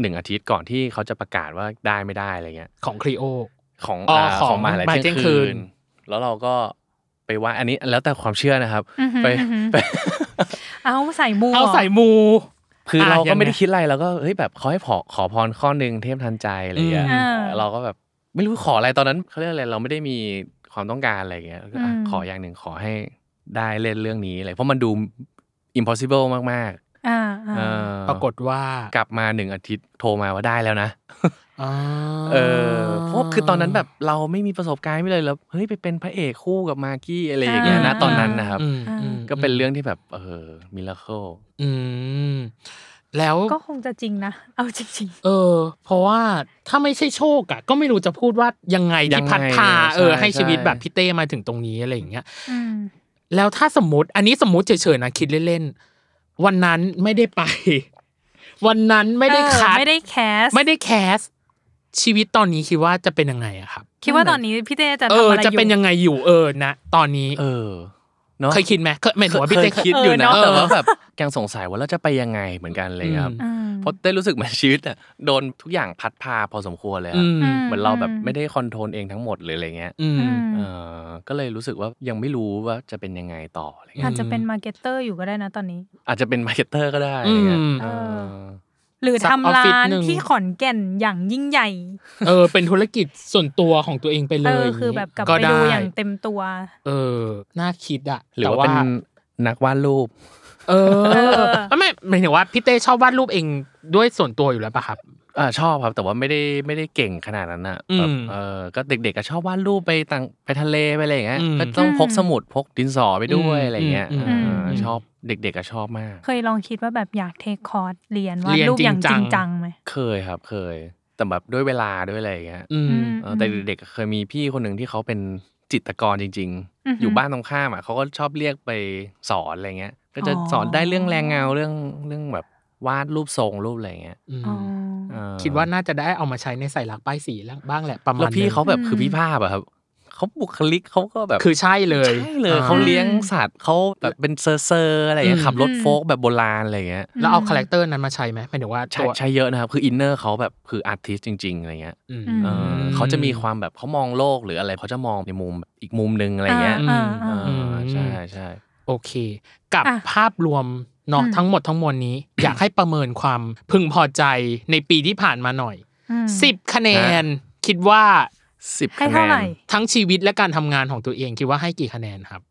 S4: หนึ่งอาทิตย์ก่อนที่เขาจะประกาศว่าได้ไม่ได้อะไรเงี้ย
S2: ของครีโอ
S4: ของ
S2: อ๋อ
S4: อ่า
S2: ของ
S4: ของมหาลัย
S2: มหาลัย
S4: เที่ยง
S2: เที่ยงคื
S4: คื
S2: น
S4: น แล้วเราก็ไปไหว่าอันนี้แล้วแต่ความเชื่อนะครับ
S3: อือหือ
S4: ไป
S3: อือหือ
S4: ไป
S3: เอาใส่มู
S2: เอาใส่มู
S4: คือ
S2: อ่ะ
S4: เรา
S2: ยั
S4: ก็
S2: งไง
S4: ไม่ได้คิดอะไรเราก็เฮ้ยแบบขอให้ขอขอพรข้อหนึ่งเทพทันใจอะไรอย่างเงี้ย
S2: อืม
S4: เออเราก็แบบไม่รู้ขออะไรตอนนั้นเขาเรียกอะไรเราไม่ได้มีความต้องการอะไรอย่างเงี้ยก็อ่ะขออย่างหนึ่งขอให้ได้เล่นเรื่องนี้อะไรเพราะมันดู impossible มาก
S3: อ่า
S4: ๆ
S3: อ่า
S4: เออ
S2: ปรากฏว่าก
S4: ลับมาหนึ่งอาทิตย์โทรมาว่าได้แล้วนะ
S2: อ่า
S4: เออเพราะคือตอนนั้นแบบเราไม่มีประสบการณ์ไม่เลยแล้วเฮ้ยไปเป็นพระเอกคู่กับมากกี้อะไรอย่างเงี้ยนะตอนนั้นนะครับ
S2: อืมอืม
S4: ก็เป็นเรื่องที่แบบเออมิราเคิล
S2: อืมแล้ว
S3: ก็คงจะจริงนะ เอาจริง
S2: เออ เพราะว่าถ้าไม่ใช่โชคอะก็ไม่รู้จะพูดว่ายังไง
S4: ยั
S2: ที่
S4: งไง
S2: พัดพาเออ
S4: ใช่
S2: ให้ชีวิต
S4: ใช่
S2: แบบพี่เต้มาถึงตรงนี้อะไรอย่างเงี้ย
S3: ๆ อืม
S2: แล้วถ้าสมมติ อันนี้สมมติเฉยๆนะคิดเล่นๆ วันนั้นไม่ได้ไป วันนั้นไม่ได้
S3: เออ
S2: คัด
S3: ไม่ได้แคส
S2: ไม่ได้แคส ชีวิตตอนนี้คิดว่าจะเป็นยังไงอะครับ
S3: คิดว่าตอนนี้พี่เต้จะ
S2: เอ
S3: ทำ
S2: อ
S3: อะไรอยู่
S2: จะเป็นยังไงอยู่เออนะตอนนี้
S4: เออเนาะ
S2: เคยคิดไหมเคยหมายถึงว่าพี่เต้เค
S4: เคย
S2: ย
S4: คิดอยู่นะ
S2: เออเนอะ
S4: แต่ว่าแบบยังสงสัยว่าเราจะไปยังไงเหมือนกันเลยครับ
S2: อื
S3: อืม
S4: เพราะได้รู้สึกเหมือนชีวิตอะโดนทุกอย่างพัดพาพอสมควรเลยค
S2: อื
S4: รับ
S2: ม
S4: เหมือนเราแบบไม่ได้คอนโทรลเองทั้งหมดเลยอะไรเงี้ย
S2: อืม
S3: อืม
S4: เออก็เลยรู้สึกว่ายังไม่รู้ว่าจะเป็นยังไงต่ออะไร
S2: ม
S4: เงี้ย
S3: อาจจะเป็นมาร์เก็ตเตอร์อยู่ก็ได้นะตอนนี้
S4: อาจจะเป็นมาร์เก็ตเตอร์ก็ได้อะไรเงี้ย
S2: อืม
S4: เออ
S3: หรือ
S2: สักออฟ
S3: ทำ
S2: ฟิศ
S3: ร้าน
S2: หนึ่ง
S3: ที่ขอนแก่นอย่างยิ่งใหญ่
S2: เออ เป็นธุรกิจส่วนตัวของตัวเองไปเล
S3: เอย อคือแบบกลับไป
S2: ด้
S3: ดูอย่างเต็มตัว
S2: เออ น่าคิดอะ
S4: หรือ
S2: แต่
S4: ว่าเป็นนักวาดรูป
S2: เออไม่ไม่หมายถึงว่าพี่เต้ชอบวาดรูปเองด้วยส่วนตัวอยู่แล้วป่ะครับ
S4: อ่าชอบครับแต่ว่าไม่ได้ไม่ได้เก่งขนาดนั้นอ่ะแบบ
S2: อืม
S4: เออก็เด็กๆก็ชอบวาดรูปไปต่างไปทะเลไปอะไรอย่างเงี้ย
S2: อืม
S4: ก็ต้องพก
S3: อืม
S4: สมุดพกดินสอไปด้วย
S2: อืม
S4: อะไรเงี้ย
S2: อืม
S4: เออ
S2: ม
S4: อชอบเด็กๆก็ชอบมาก
S3: เคยลองคิดว่าแบบอยากเทคคอร์สเรียนวาด
S2: เรียน
S3: รูปอย่าง
S2: จริง
S3: จ
S2: จั
S3: ริ
S2: ง
S3: งจังไหม
S4: เคยครับเคย แต่แบบด้วยเวลาด้วยอะไรอย่างเงี้ย
S2: อืม
S4: เออแต่เด็กๆเคยมีพี่คนหนึ่งที่เขาเป็นจิตรกรจริง ๆ อยู่บ้านตรงข้ามอ่ะเขาก็ชอบเรียกไปสอนอะไรเงี้ย ก็จะสอนได้เรื่องแรงเงาเรื่องเรื่องแบบวาดรูปทรงรูปอะไรเงี้ย
S2: อืม
S3: อ๋อ
S4: เออ
S2: คิดว่าน่าจะได้เอามาใช้ในใส่หลักป้ายสีแล้วบ้างแหละประมา
S4: แล้
S2: ณ
S4: วพี่
S2: นึง
S4: เขาแบบ
S3: อืม
S4: คือพี่ภาพอะครับเขาบุคลิกเขาก็แบบ
S2: คือใช่เลย
S4: ใช่เลย
S2: อ่
S4: เขาเลี้ยงสัตว์เขาแบบเป็นเซอร์เซอร์อะไรอย่างเงี้ยขับรถโฟล์กแบบโบราณอะไรอย่างเงี้ย
S2: แล้วเอาคาแรคเตอร์นั้นมาใช้ไหมหมายถึงว่า
S4: ใช่
S2: ตัว
S4: ใช่เยอะนะครับ คืออินเนอร์เขาแบบคืออาร์ติสจริง ๆอะไรเงี้ย
S2: อืม
S4: เออเขาจะมีความแบบเขามองโลกหรืออะไรเขาจะมองในมุมแบบอีกมุมนึงอะไรเงี้ย
S2: อืม
S3: อ่า
S4: เอ
S3: อ่า
S4: ออใช่ใช่
S2: โอเค กับ
S3: อ่ะ
S2: ภาพรวมเนาะ
S3: อืม
S2: ทั้งหมดทั้งมวลนี้ อยากให้ประเมินความพึงพอใจในปีที่ผ่านมาหน่อย
S3: อืม
S2: สิบคะแนน คิดว่า
S4: สิบ
S3: ให้
S4: คะแน
S3: เท่าไหร่
S4: น
S2: ทั้งชีวิตและการทำงานของตัวเองคิดว่าให้กี่คะแนนครับ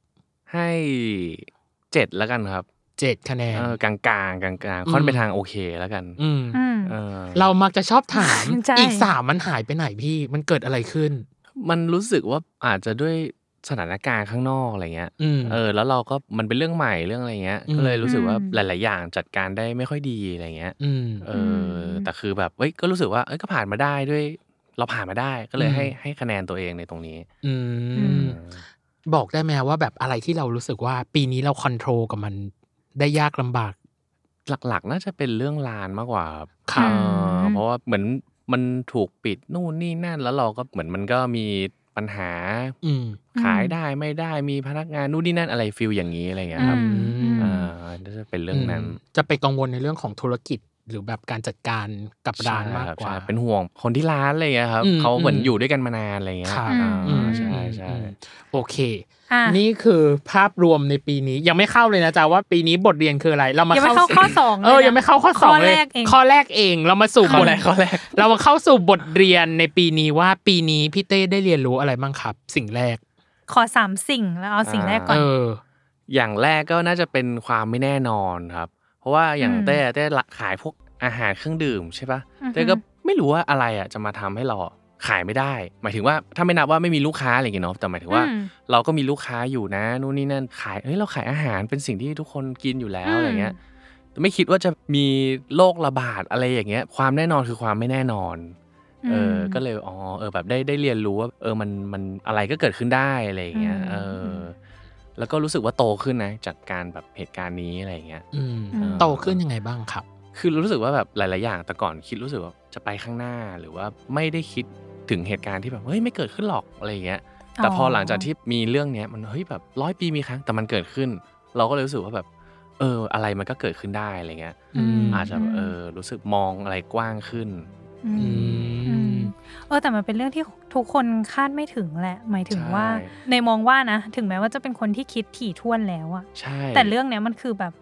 S4: ให้เจ็ดแล้วกันครับ
S2: เจ็ดคะแนน
S4: เออกลางๆกลางๆ
S2: อื
S4: ค่อน
S2: ม
S4: ไปทางโอเคแล้วกัน
S2: อืม
S3: อืม
S4: เออ
S2: เรามักจะชอบถาม
S3: ใช่
S2: อีกสามมันหายไปไหนพี่ มันเกิดอะไรขึ้น
S4: มันรู้สึกว่าอาจจะด้วยสถานการณ์ข้างนอกอะไรเงี้ย
S2: อืม
S4: เออ แล้วเราก็มันเป็นเรื่องใหม่เรื่องอะไรเงี้ย
S2: อืม
S4: ก็เลยรู้สึกว่า
S3: อืม
S4: หลาย ๆ อย่างจัดการได้ไม่ค่อยดีอะไรเงี้ย
S2: อืม
S4: เอออ
S3: ม
S4: แต่คือแบบเอ้ย ก็รู้สึกว่า เอ้ย ก็ผ่านมาได้ด้วย เราผ่านมาได้ ก็เลย
S2: อืม
S4: ให้ให้คะแนนตัวเองในตรงนี้
S2: อืม บอกได้ไหมว่าแบบอะไรที่เรารู้สึกว่า ปีนี้เราคอนโทรลกับมันได้ยากลำบาก
S4: หลัก ๆ น่าจะเป็นเรื่องลานมากกว่าครับ
S2: ครับ
S4: เออเพราะว่าเหมือนมันถูกปิดนู่นนี่นั่น แล้วเราก็เหมือนมันก็มีปัญหา
S2: อืม
S4: ขายได้ไม่ได้ มีพนักงานนู่นนี่นั่นอะไรฟิลอย่างนี้อะไรเงี้ยครับ
S3: อืมอืม
S4: เออน่าจะเป็นเรื่องนั้น
S2: มจะไปกังวลในเรื่องของธุรกิจหรือแบบการจัดการกับร้านมากกว่า
S4: ใช่ครับใช่เป็นห่วงคนที่ร้านอะไรอย่างเงี้ยครับ
S2: อืม
S4: เขาเหมือน
S2: อืม
S4: อยู่ด้วยกันมานานอะไรอย่างเงี้ย
S2: ครับ
S4: อ่า
S3: อืม
S4: ใช่ใช่
S2: อืมโอเค
S3: อ่ะ
S2: นี่คือภาพรวมในปีนี้ยังไม่เข้าเลยนะจ๊ะว่าปีนี้บทเรียนคืออะไร เรามา
S3: ยังไม่
S2: เข้า
S3: เข้าข้อสองล
S2: เออยังไม่เข้าข้อสองเลย
S3: ข้อแรกเอง
S2: ข้อแรกเองเรามาสู่
S4: ข้อบ
S2: ท
S4: แรกข้อแรก
S2: เรามาเข้าสู่บทเรียนในปีนี้ว่าปีนี้พี่เต้ได้เรียนรู้อะไรบ้างครับ สิ่งแรก
S3: ขอสามสิ่งแล้วเอาสิ่งแรกก่อ
S2: เอน อ
S4: อย่างแรกก็น่าจะเป็นความไม่แน่นอนครับ เพราะว่าอย่าง
S3: อืม
S4: เต้เต้ขายพวกอาหารเครื่องดื่มใช่ปะ
S3: อือฮึ
S4: เต้ก็ ไม่รู้ว่าอะไรอ่ะจะมาทำให้เราขายไม่ได้ หมายถึงว่าถ้าไม่นับว่าไม่มีลูกค้าอะไรอย่างเงี้ยเนาะแต่หมายถึงว่า
S3: อืม
S4: เราก็มีลูกค้าอยู่นะนู่นนี่นั่นขายเฮ้ยเราขายอาหารเป็นสิ่งที่ทุกคนกินอยู่แล้ว
S3: อืม
S4: อะไรเงี้ยไม่คิดว่าจะมีโรคระบาดอะไรอย่างเงี้ย ความแน่นอนคือความไม่แน่นอน เออ ก็เลย อ๋อ เออ แบบได้ ได้เรียนรู้ว่า เออ มัน มันอะไรก็เกิดขึ้นได้อะไรอย่างเงี้ย
S3: อืม
S4: เอออ
S3: ม
S4: แล้วก็รู้สึกว่าโตขึ้นนะ จากการแบบเหตุการณ์นี้อะไรอย่างเงี้ย
S2: อืม
S3: อืม
S2: โตขึ้นยังไงบ้างครับ
S4: คือรู้สึกว่าแบบหลาย ๆ อย่าง แต่ก่อนคิดรู้สึกว่าจะไปข้างหน้า หรือว่าไม่ได้คิดถึงเหตุการณ์ที่แบบ เฮ้ย ไม่เกิดขึ้นหรอก อะไรอย่างเงี้ย แต่พอหลังจากที่มีเรื่องเนี้ยมัน เฮ้ย แบบร้อยปีมีครั้ง แต่มันเกิดขึ้น เราก็เลยรู้สึกว่าแบบ เออ อะไรมันก็เกิดขึ้นได้อะไรเงี้ย
S2: อืม
S4: อาจจะ เออ รู้สึกมองอะไรกว้างขึ้น
S3: อืม อืมเออแต่มันเป็นเรื่องที่ทุกคนคาดไม่ถึงแหละ หมายถึง
S4: ใช่
S3: ว่าในมองว่านะ ถึงแม้ว่าจะเป็นคนที่คิดถี่ถ้วนแล้วอะ
S4: ใช่
S3: แต่เรื่องเนี้ยมันคือแบบ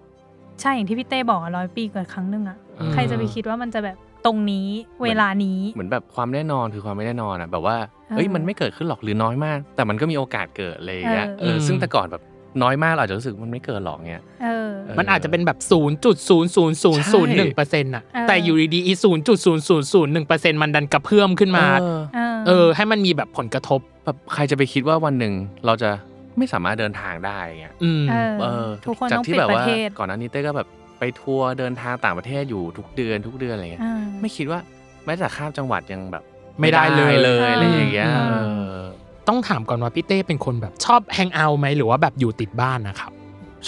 S3: ใช่อย่างที่พี่เต้บอกร้อยปีเกิดครั้งหนึ่งอะ
S4: อืม
S3: ใครจะไปคิดว่ามันจะแบบตรงนี้เวลานี้
S4: เหมือนแบบความแน่นอนคือความไม่แน่นอนอ่ะแบบว่า
S3: เออ
S4: เอ้ยมันไม่เกิดขึ้นหรอกหรือน้อยมาก แต่มันก็มีโอกาสเกิดอะไรอย่างเงี้ย
S3: เออ
S4: เออซึ่งแต่ก่อนแบบน้อยมากเราอาจจะรู้สึกมันไม่เกิดหรอกเงี้ย
S3: เออ
S4: เอ
S2: มันอาจจะเป็นแบบศูนย์จุดศูนย์ศูนย์ศูนย์ศูนย์หนึ่งเปอร์เซ็นต์อะ
S3: เออ
S2: แต่อยู่ดีๆอีศูนย์จุดศูนย์ศูนย์ศูนย์หนึ่งเปอร์เซ็นต์มันดันกระเพื่อมขึ้นมา
S4: เออ
S3: เออ
S2: เออ ให้มันมีแบบผลกระทบ
S4: แบบใครจะไปคิดว่าวันหนึ่งเราจะไม่สามารถเดินทางได้เงี้ย
S2: อืม
S3: เออ
S4: เออ
S3: ทุกคน
S4: จาก
S3: ต้อง
S4: ที่
S3: ปิด
S4: แบบ
S3: ป
S4: ว่า
S3: ระเทศ
S4: ก่อนหน้านี้เต้ก็แบบไปทัวร์เดินทางต่างประเทศอยู่ทุกเดือนทุกเดือนอะไรเงี้ย
S3: อ่า
S4: ไม่คิดว่าแม้แต่ข้ามจังหวัดยังแบบ
S2: ไม่ได้เลย
S4: เลยอะไรอย่างเงี้ย
S3: เออ
S4: เออ
S2: ต้องถามก่อนว่าพี่เต้เป็นคนแบบชอบแฮงเอาท์ไหมหรือว่าแบบอยู่ติดบ้านนะครับ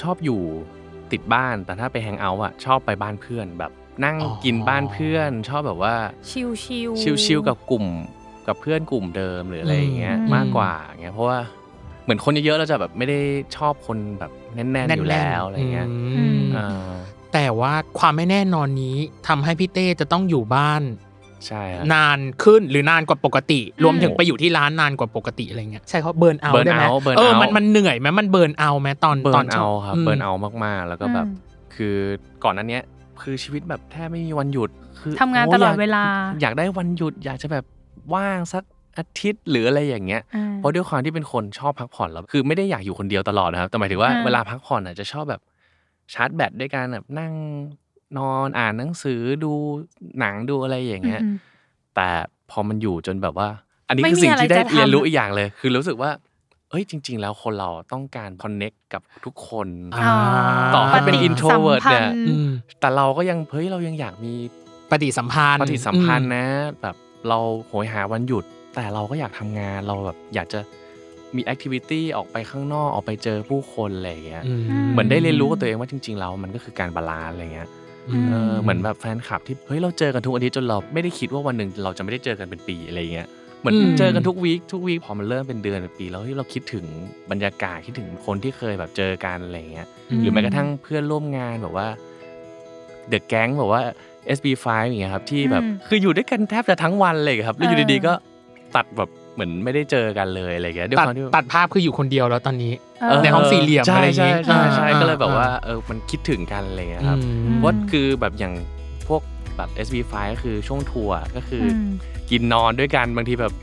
S4: ชอบอยู่ติดบ้านแต่ถ้าไปแฮงเอาท์อะชอบไปบ้านเพื่อนแบบนั่ง
S2: อ๋อ
S4: กินบ้านเพื่อน ชอบแบบว่า
S3: ชิวชิว
S4: ชิลๆกับกลุ่มกับเพื่อนกลุ่มเดิมหรืออะไรอย่างเงี้ย
S3: อืม
S4: มากกว่าอย่างเงี้ยเพราะว่าเหมือนคนเยอะๆเราจะแบบไม่ได้ชอบคนแบบแน่นๆอยู่แล้วอะไรเงี้ย
S2: อืม
S3: อืม
S4: เออ
S2: แต่ว่าความไม่แน่นอนนี้ทำให้พี่เต้จะต้องอยู่บ้าน
S4: ใช่ฮะ
S2: นานขึ้นหรือนานกว่าปกติ
S3: อืม
S2: รวมถึงไปอยู่ที่ร้านนานกว่าปกติอะไรเงี้ยใช่เขาเบิร์นเอา
S4: burn
S2: ได้ไหม
S4: out burn
S2: เออ
S4: out
S2: มันมันเหนื่อยไหมมันเบิร์นเอาไหมตอน
S4: เบิ
S2: ต
S4: ร์
S2: น
S4: น
S2: ช
S4: เอาครับ
S2: ม
S4: เบิร์นเอามากๆ แล้วก็แบบคือก่อนนั้นเนี้ยคือชีวิตแบบแทบไม่มีวันหยุดคื
S3: ทำงาน
S4: โย
S3: ตลอด
S4: ยก
S3: เวลา
S4: อยากได้วันหยุด อยากจะแบบว่างสักอาทิตย์หรืออะไรอย่างเงี้ย
S3: อ่า
S4: เพราะด้วยความที่เป็นคนชอบพักผ่อนแล้วคือไม่ได้อยากอยู่คนเดียวตลอดนะครับ แต่หมายถึงว่า
S3: อ่า
S4: เวลาพักผ่อนอ่ะจะชอบแบบชาร์จแบตด้วยการแบบนั่งนอนอ่านหนังสือดูหนังดูอะไรอย่างเงี้ย
S3: อืม
S4: แต่พอมันอยู่จนแบบว่า อันนี้
S3: ไม่
S4: คือสิ่ง
S3: มี
S4: ที่
S3: อะไร
S4: ได้
S3: จะทำ
S4: เรียนรู้อีกอย่างเลย คือรู้สึกว่า เอ้ยจริง ๆ แล้วคนเราต้องการคอนเน็กกับทุกคน
S2: อ่า
S4: ต่อให้เป็น
S3: ฏิ
S4: intro
S3: สัมพัธ์
S4: เนี่ย
S2: อืม
S4: แต่เราก็ยังเฮ้ยเรายังอยากมี
S2: ปฏิสัมพันธ์
S4: ปฏิสัมพันธ์
S2: อื
S4: นะ แบบเราโหยหาวันหยุด แต่เราก็อยากทำงานเราแบบอยากจะมีแอคทิวิตี้ออกไปข้างนอกออกไปเจอผู้คนอะไรอย่างเงี้ยเหมือนได้เรียนรู้กับตัวเองว่าจริง ๆ แล้วมันก็คือการบาลานซ์อะไรเงี้ยเออเหมือนแบบแฟนคลับที่เฮ้ยเราเจอกันทุกอาทิตย์จนเราไม่ได้คิดว่าวันหนึ่งเราจะไม่ได้เจอกันเป็นปีอะไรเงี้ยเหมือน
S2: อืม
S4: เจอกันทุกวีคทุกวีคพอมันเริ่มเป็นเดือนเป็นปีแล้วเฮ้ยเราคิดถึงบรรยากาศคิดถึงคนที่เคยแบบเจอกันอะไรเงี้ย หรือแม้กระทั่งเพื่อนร่วมงานแบบว่าเดอะแก๊งแบบว่า SB5 อย่างเงี้ยครับที่แบบ
S3: อืม
S4: คืออยู่ด้วยกันแทบจะทั้งวันเลยครับ แล้วอยู่
S3: เออ
S4: ดีๆก็ตัดแบบเหมือนไม่ได้เจอกันเลยอะไรเงี้ยด้วย
S2: ตัด
S4: ความที่แบบ
S2: ตัดภาพคืออยู่คนเดียวแล้วตอนนี้
S3: เออ
S2: ในห้องสี่เหลี่ยมอะ
S4: ใช่
S2: ไรอย่างงี้
S4: ใช่ใช่
S2: อ่า
S4: ใช่ก็เลยแบบ
S2: อ่า
S4: ว่าเออมันคิดถึงกันอะไรเลยครับ
S2: อืม
S4: ว่าคือแบบอย่างพวกแบบ SB5 ก็คือช่วงทัวร์ก็คืออ
S3: ม
S4: กินนอนด้วยกันบางทีแบบ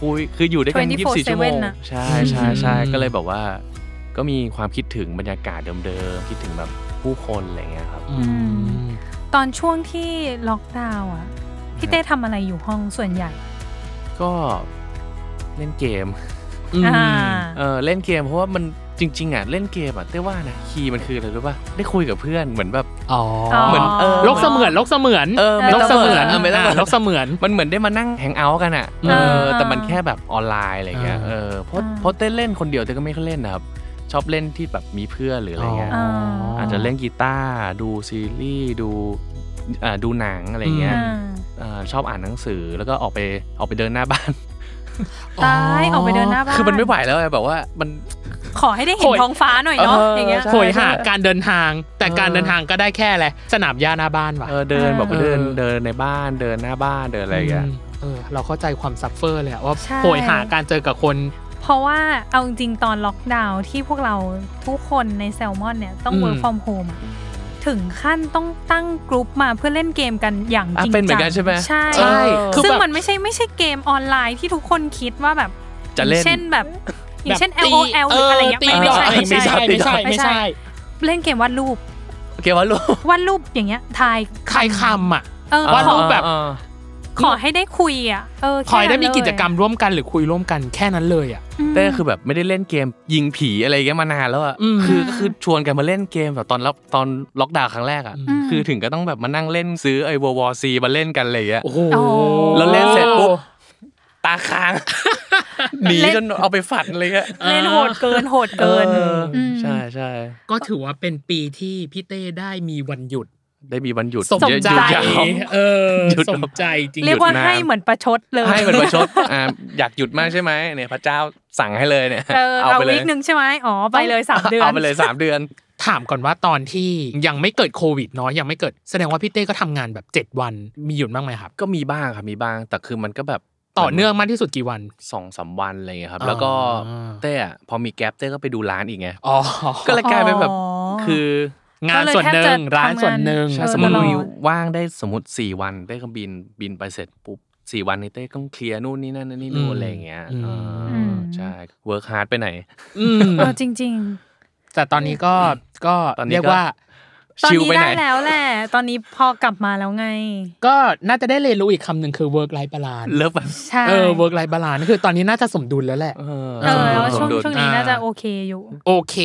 S4: คุยคืออยู่ด้วยกัน
S3: 24
S4: 24ชั่วโมง
S3: น่ะ
S4: ใช่ใช่ใช่
S2: อืม
S4: ก็เลยแบบว่า ก็มีความคิดถึงบรรยากาศเดิมๆคิดถึงแบบผู้คนอะไรเงี้ยครับ
S2: อืม
S3: ตอนช่วงที่ล็อกดาวน์อ่ะ พี่เต้ทำอะไรอยู่ห้องส่วนใหญ่
S4: ก็เล่นเกม
S2: อืม
S3: อ่า
S4: เออเล่นเกมเพราะว่ามันจริง ๆอ่ะเล่นเกมอ่ะเต้ว่านะคีย์มันคืออะไรรู้ป่ะได้คุยกับเพื่อนเหมือนแบบ
S2: อ๋อ
S4: เหมือนเออ
S2: โลกเสมือนโลกเสมือน
S4: เออ
S2: โลกเสมือน
S4: เออไม่ต้อง
S2: อ่าโลกเสมือน
S4: มันเหมือนได้มานั่งแฮงเอาท์กันอ่ะ
S2: เอ
S4: เอ
S2: อ
S4: อแต่มันแค่แบบออนไลน์อะไรเงี้ย
S2: เออ
S4: เออเพราะ
S3: อ่า
S4: เพราะเต้เล่นคนเดียวเต้ก็ไม่ค่อยเล่นนะครับ ชอบเล่นที่แบบมีเพื่อนหรืออะไรเงี้ย
S3: อ๋อ
S4: อาจจะเล่นกีตาร์ดูซีรีส์ดูอ่าดูหนังอะไรเงี้ย
S3: อ่า
S4: เออชอบอ่านหนังสือแล้วก็ออกไปออกไปเดินหน้าบ้าน
S3: ตายออกไปเดินหน้าบ้าน
S4: คือมันไม่ไหวแล้วไงแบบว่ามัน
S3: ขอให้ได้เห็น
S2: โหย
S3: ท้องฟ้าหน่อยเนาะ
S4: เอออ
S3: อย่างเงี้ย
S2: โหยหาการเดินทาง แต่การเดินทางก็ได้แค่อะไรสนามหญ้าหน้าบ้านว่ะ
S4: เออเดินแบบ
S2: เออ
S4: เดินเดินในบ้านเดินหน้าบ้านเดินอะไรอย่างเงี้ย
S2: มเออเราเข้าใจความซัฟเฟอร์เลยอะว่า
S3: ใช่
S2: โหยหาการเจอกับคน
S3: เพราะว่าเอาจริงๆตอนล็อกดาวน์ที่พวกเราทุกคนในแซลมอนเนี่ยต้อง
S2: อืม
S3: work from home อะถึงขั้นต้องตั้งกรุ๊ปมาเพื่อเล่นเกมกันอย่างจริง
S4: อ่ะเป็นเหมื
S3: จั
S4: อนกันใช่ไหม
S3: ใช่
S4: ใช่
S2: คือ
S3: ซึ่ง
S2: แบบ
S3: มันไม่ใช่ไม่ใช่เกมออนไลน์ที่ทุกคนคิดว่าแบบ
S4: จะเล่น
S3: เช่นแบบอย่างเช่น
S2: แบบตี
S3: L O L หรืออะไรเงี้ย
S2: ตี
S3: ไม่
S2: ดอ
S3: ไม่
S2: ก
S3: ใช่
S2: ไม่ใช่ไม่ใช่ไม่ใช่
S3: เล่นเกมวาดรูป
S4: โอเควะลูก
S3: วาดรูปอย่างเงี้ยทาย
S2: ใครคำอ่ะ
S3: เออ
S2: วาดรูป
S3: ขอ
S2: แบบ
S4: เออ
S3: ขอให้ได้คุยอ่ะเออ
S2: คอยได้มี
S3: แค่นั้นเลย
S2: กิจกรรมร่วมกันหรือคุยร่วมกันแค่นั้นเลยอ่ะ
S3: ม
S4: เต้คือแบบไม่ได้เล่นเกมยิงผีอะไรอย่างเงี้ยมานานแล้วอ่ะ
S2: อืม
S4: คือก็คือชวนกันมาเล่นเกมแบบตอนล็อกตอนล็อกดาวน์ครั้งแรกอ่ะ
S2: อื
S3: ม
S4: คือถึงก็ต้องแบบมานั่งเล่นซื้อไอ้วอวซีมาเล่นกันอะไรอย่างเงี้ย
S2: โอ้โห
S3: โอ้
S4: แล้วเล่นเสร็จปุ๊บ ตาค้าง หนี
S3: เล่น
S4: จนเอาไปฝันอะไรเงี้ย
S3: เล่นโหดเกินโหด
S4: เอ
S3: เกิน
S4: ออ
S3: ม
S4: ใช่ใช่
S2: ก็ถือว่าเป็นปีที่พี่เต้ได้มีวันหยุด
S4: ได้มีวันหยุด
S2: สม
S4: เยอะ
S2: ใจ
S4: ยาว
S2: เออ
S4: หยุด
S2: สมใจจริง
S3: เรียกว่า
S4: หยุดนาน
S3: ให้เหมือนประชดเลย
S4: ให้มันประชดอ่าอยากหยุดมากใช่ไหมเนี่ยพระเจ้าสั่งให้เลยเนี่ย
S3: เออเอา
S4: ไปเล
S3: วิ
S4: ย
S3: กหนึ่งใช่ไหมอ๋อไปเลยสามเดือน
S4: เอาไปเลยสามเดือน
S2: ถามก่อนว่าตอนที่ยังไม่เกิดโควิดเนาะยังไม่เกิด แสดงว่าพี่เต้ก็ทำงานแบบเจ็ดวันมีหยุดบ้างไหมครับ
S4: ก็มีบ้างครับมีบ้างแต่คือมันก็แบบ
S2: ต่อเนื่องมากที่สุดกี่วัน
S4: สองสามวันอะไรอย่างเงี้ยครับ
S2: อ่า
S4: แล้วก็เต้อะพอมีแก๊ปเต้ก็ไปดูร้านอีกไง
S2: อ๋อ
S4: ก็เลยกลายเป็นแบบ
S3: อ๋อ
S4: คือ
S2: งานส่วนหนึ่งร้านส่วนหนึ่ง
S3: ใช่
S4: ถ้า
S3: เออ
S4: สมมติ
S3: ตลอด
S4: มีว่างได้สมมติสี่วันเต้ก็บินบินไปเสร็จปุ๊บสี่วันนี้เต้ต้องเคลียร์นู่นนี่นั่นนั่นนี่นู่
S2: อืม
S4: นอะไรอย่างเงี้ย
S2: อืม
S4: เออใช่เวิร์คฮาร์ดไปไหน
S2: อืม
S3: เออจริง
S2: แต่ตอนนี้ก็ก็
S4: ตอนนี้ก็
S2: เรียกว่า
S3: ๆ ตอน
S4: ชิล
S3: นี้
S4: ไปไหน
S3: ได้แล้วแหละ ตอนนี้พอกลับมาแล้วไง
S2: ก็น่าจะได้เรียนรู้อีกคำหนึ่งคือ work life balance
S4: เลิฟแบบ
S3: ใช่
S2: เออ work life balance คือตอนนี้น่าจะสมดุลแล้วแหละ
S4: เอ
S3: เออแล้วช่วง
S4: สมดุล
S3: ช่วงนี้
S2: อ่า
S3: น่าจะโอเคอยู่
S2: โอเค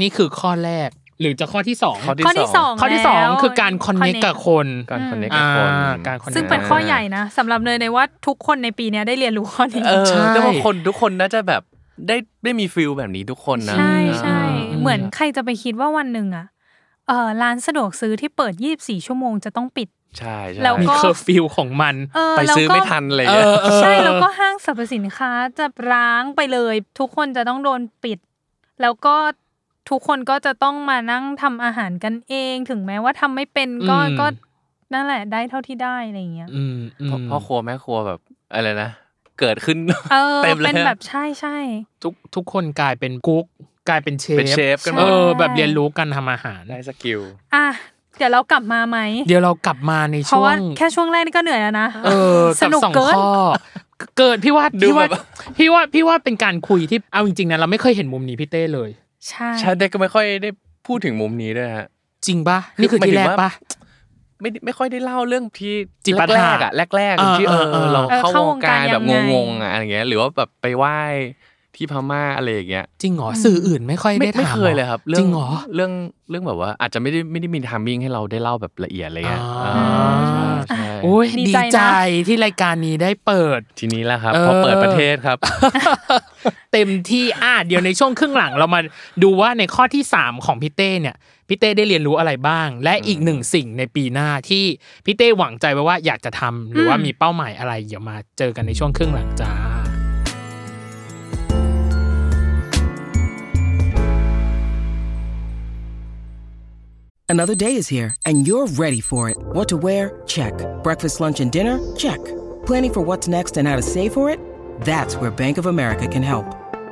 S2: นี่คือข้อแรก หรือจะข้อที่สอง
S4: ข้อ
S3: ข้อที่
S4: ที่
S3: ส
S4: ส
S3: อ
S4: อง ง
S2: ข้อที่สอง
S3: แล้ว
S2: คือการ connect
S3: connect
S2: กับคน
S4: การคอนเนค
S2: อ่า
S4: กับคน
S2: การ connect
S3: ซึ่งเป็นข้อใหญ่นะสำหรับเลยในว่าทุกคนในปีเนี้ยได้เรียนรู้ข้อนี้
S4: เออ
S2: ใช่
S4: แต่ว่าคนทุกคนน่าจะแบบได้ได้มีฟิลแบบนี้ทุกคนนะ
S3: ใช่ใช่
S4: อ่า
S3: เหมือนใครจะไปคิดว่าวันหนึ่งอ่ะเออร้านสะดวกซื้อที่เปิด 24 ชั่วโมงจะต้องปิด
S4: ใช่ใช่
S3: แล้ว
S2: มี
S3: ก็
S2: เคอร์ฟิวของมัน
S3: เออ
S4: ไป
S3: แล้ว
S4: ซื้อ
S3: ก็
S4: ไม่ทันอะไรอย่าง
S2: เอ
S4: เลย
S2: อเออ
S3: ใช่แล้วก็ห้างสรรพสินค้าจะร้างไปเลย ทุกคนจะต้องโดนปิด แล้วก็ทุกคนก็จะต้องมานั่งทำอาหารกันเอง ถึงแม้ว่าทำไม่เป็นก็
S2: อืม
S3: ก็นั่นแหละได้เท่าที่ได้อะไรอย่างเงี้ย
S2: อืมอืม
S4: พ่อพ่อครัวแม่ครัวแบบอะไรนะเกิดขึ้น
S3: เออ
S4: เต็มเลย
S3: เป็นแบบใช่ใช่
S2: ทุกทุกคนกลายเป็นกุ๊กกลายเป็นเชฟ
S4: เป็นเชฟกันหม
S2: เอ
S4: ด
S2: อ แบบเรียนรู้การทำอาหาร
S4: ได้สกิล
S3: อ่ะเดี๋ยวเรากลับมาไหม
S2: เดี๋ยวเรากลับมาใน
S3: เพ
S2: ช่
S3: ราะ
S2: ว
S3: ว่าง แค่ช่วงแรกนี่ก็เหนื่อยแล้วนะ
S2: เออ
S3: ส
S2: กับ
S3: นุก
S2: สอง
S3: เกิน
S2: ข้อ เกิดพี่ว่า
S4: ดู
S2: พี่ว่า
S4: แบบ
S2: พี่ว่าพี่ว่าเป็นการคุยที่เอาจริงๆนะเราไม่เคยเห็นมุมนี้พี่เต้เลย
S3: ใช่
S4: ใช่เด็กก็ไม่ค่อยได้พูดถึงมุมนี้ด้วยฮะ
S2: จริงปะนี่คือ
S4: หมาย
S2: ที่
S4: ถึ
S2: แรง ก
S4: ว่า
S2: ปะ
S4: ไม่ไม่ค่อยได้เล่าเรื่องที่
S2: จิปาถะ
S4: แรกๆอะแรก
S2: เออ
S4: ๆที่เออ
S2: เออ
S4: เรา
S3: เออ
S4: เข้าวงการแบบ
S3: เข้าวงการยังไง
S4: งงๆอะอะไรอย่างเงี้ยหรือว่าแบบไปไหว้ที่พม่าอะไรอย่างเงี้ย
S2: จริงเหรอสื่ออื่นไม่ค่อย
S4: ไม่
S2: ได้ถาม
S4: ไม่เคยเลยครับ
S2: จริงเหรอ
S4: เรื่องเรื่องแบบว่า อาจจะไม่ได้ไม่ได้มีทามมิ่งให้เราได้เล่าแบบละเอียดอะไรเงี้ย
S2: อ่า
S4: เออใช่ใช่
S2: โอ้ย
S3: ดี
S2: ดี
S3: ใจ
S2: ใจ
S3: นะ
S2: ที่รายการนี้ได้เปิด
S4: ทีนี้แหละครับ
S2: เออ
S4: พอเปิดประเทศครับ
S2: เต็มที่อ่ะเดี๋ยวในช่วงครึ่งหลังเรามาดูว่าในข้อที่ 3 ของพี่เต้เนี่ยพี่เต้ได้เรียนรู้อะไรบ้าง และอีกหนึ่งสิ่งในปีหน้าที่พี่เต้หวังใจไว้ว่าอยากจะทำหรือว่ามีเป้าหมายอะไรเดี๋ยวมาเจอกันในช่วงครึ่งหลังจ้า
S5: Another day is here, and you're ready for it. What to wear? Check. Breakfast, lunch, and dinner? Check. Planning for what's next and how to save for it? That's where Bank of America can help.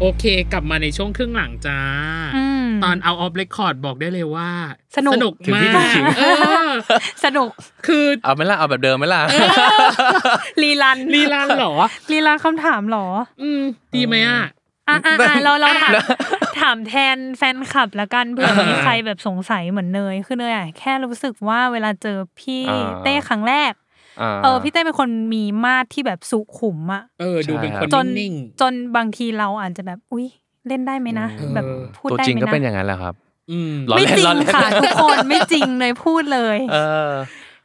S2: โอเค กลับมาในช่วงครึ่งหลังจ้า
S3: อืม
S2: ตอนเอาออฟเรคคอร์ดบอกได้เลยว่า
S3: สนุก
S4: ถึง
S2: มา
S4: ที่
S2: ก
S4: ถึงจริง
S2: เออ
S3: สนุก
S2: คือ
S4: เอาไหม่ละเอาแบบเดิมไหมล่ะ
S3: รีลัน
S2: ลีลานเหรอ
S3: รีลันคำถามเหรอ
S2: อืม ดีไหมอ่ะ
S3: อ่ะอ่ะอ่ะเราเราถาม ถามแทนแฟนคลับละกันเผื่อมีใครแบบสงสัยเหมือนเนยคือเนยอะแค่รู้สึกว่าเวลาเจอพี่
S4: อ่า
S3: เต้ครั้งแรก
S4: อ่า
S3: เออพี่เต้เป็นคนมีมาดที่แบบสุขุมอะ
S2: เออ ดูเป็นคน
S3: จน
S2: นิ่ง
S3: จนบางทีเราอาจจะแบบอุ้ยเล่นได้ไหมนะ
S2: อืม
S3: แบบพูด
S4: ตัว
S3: ได้
S4: จริง
S3: ไหม
S4: ก็เป็น
S3: นะ
S4: อย่างนั้นแหละครับ
S2: ๆอืม
S4: ล้อ
S3: ไม่
S4: เล่น
S3: จริ
S4: ล้อง เล่น
S3: ค่ะ ทุกคนไม่จริงเลยพูดเลย
S4: เออ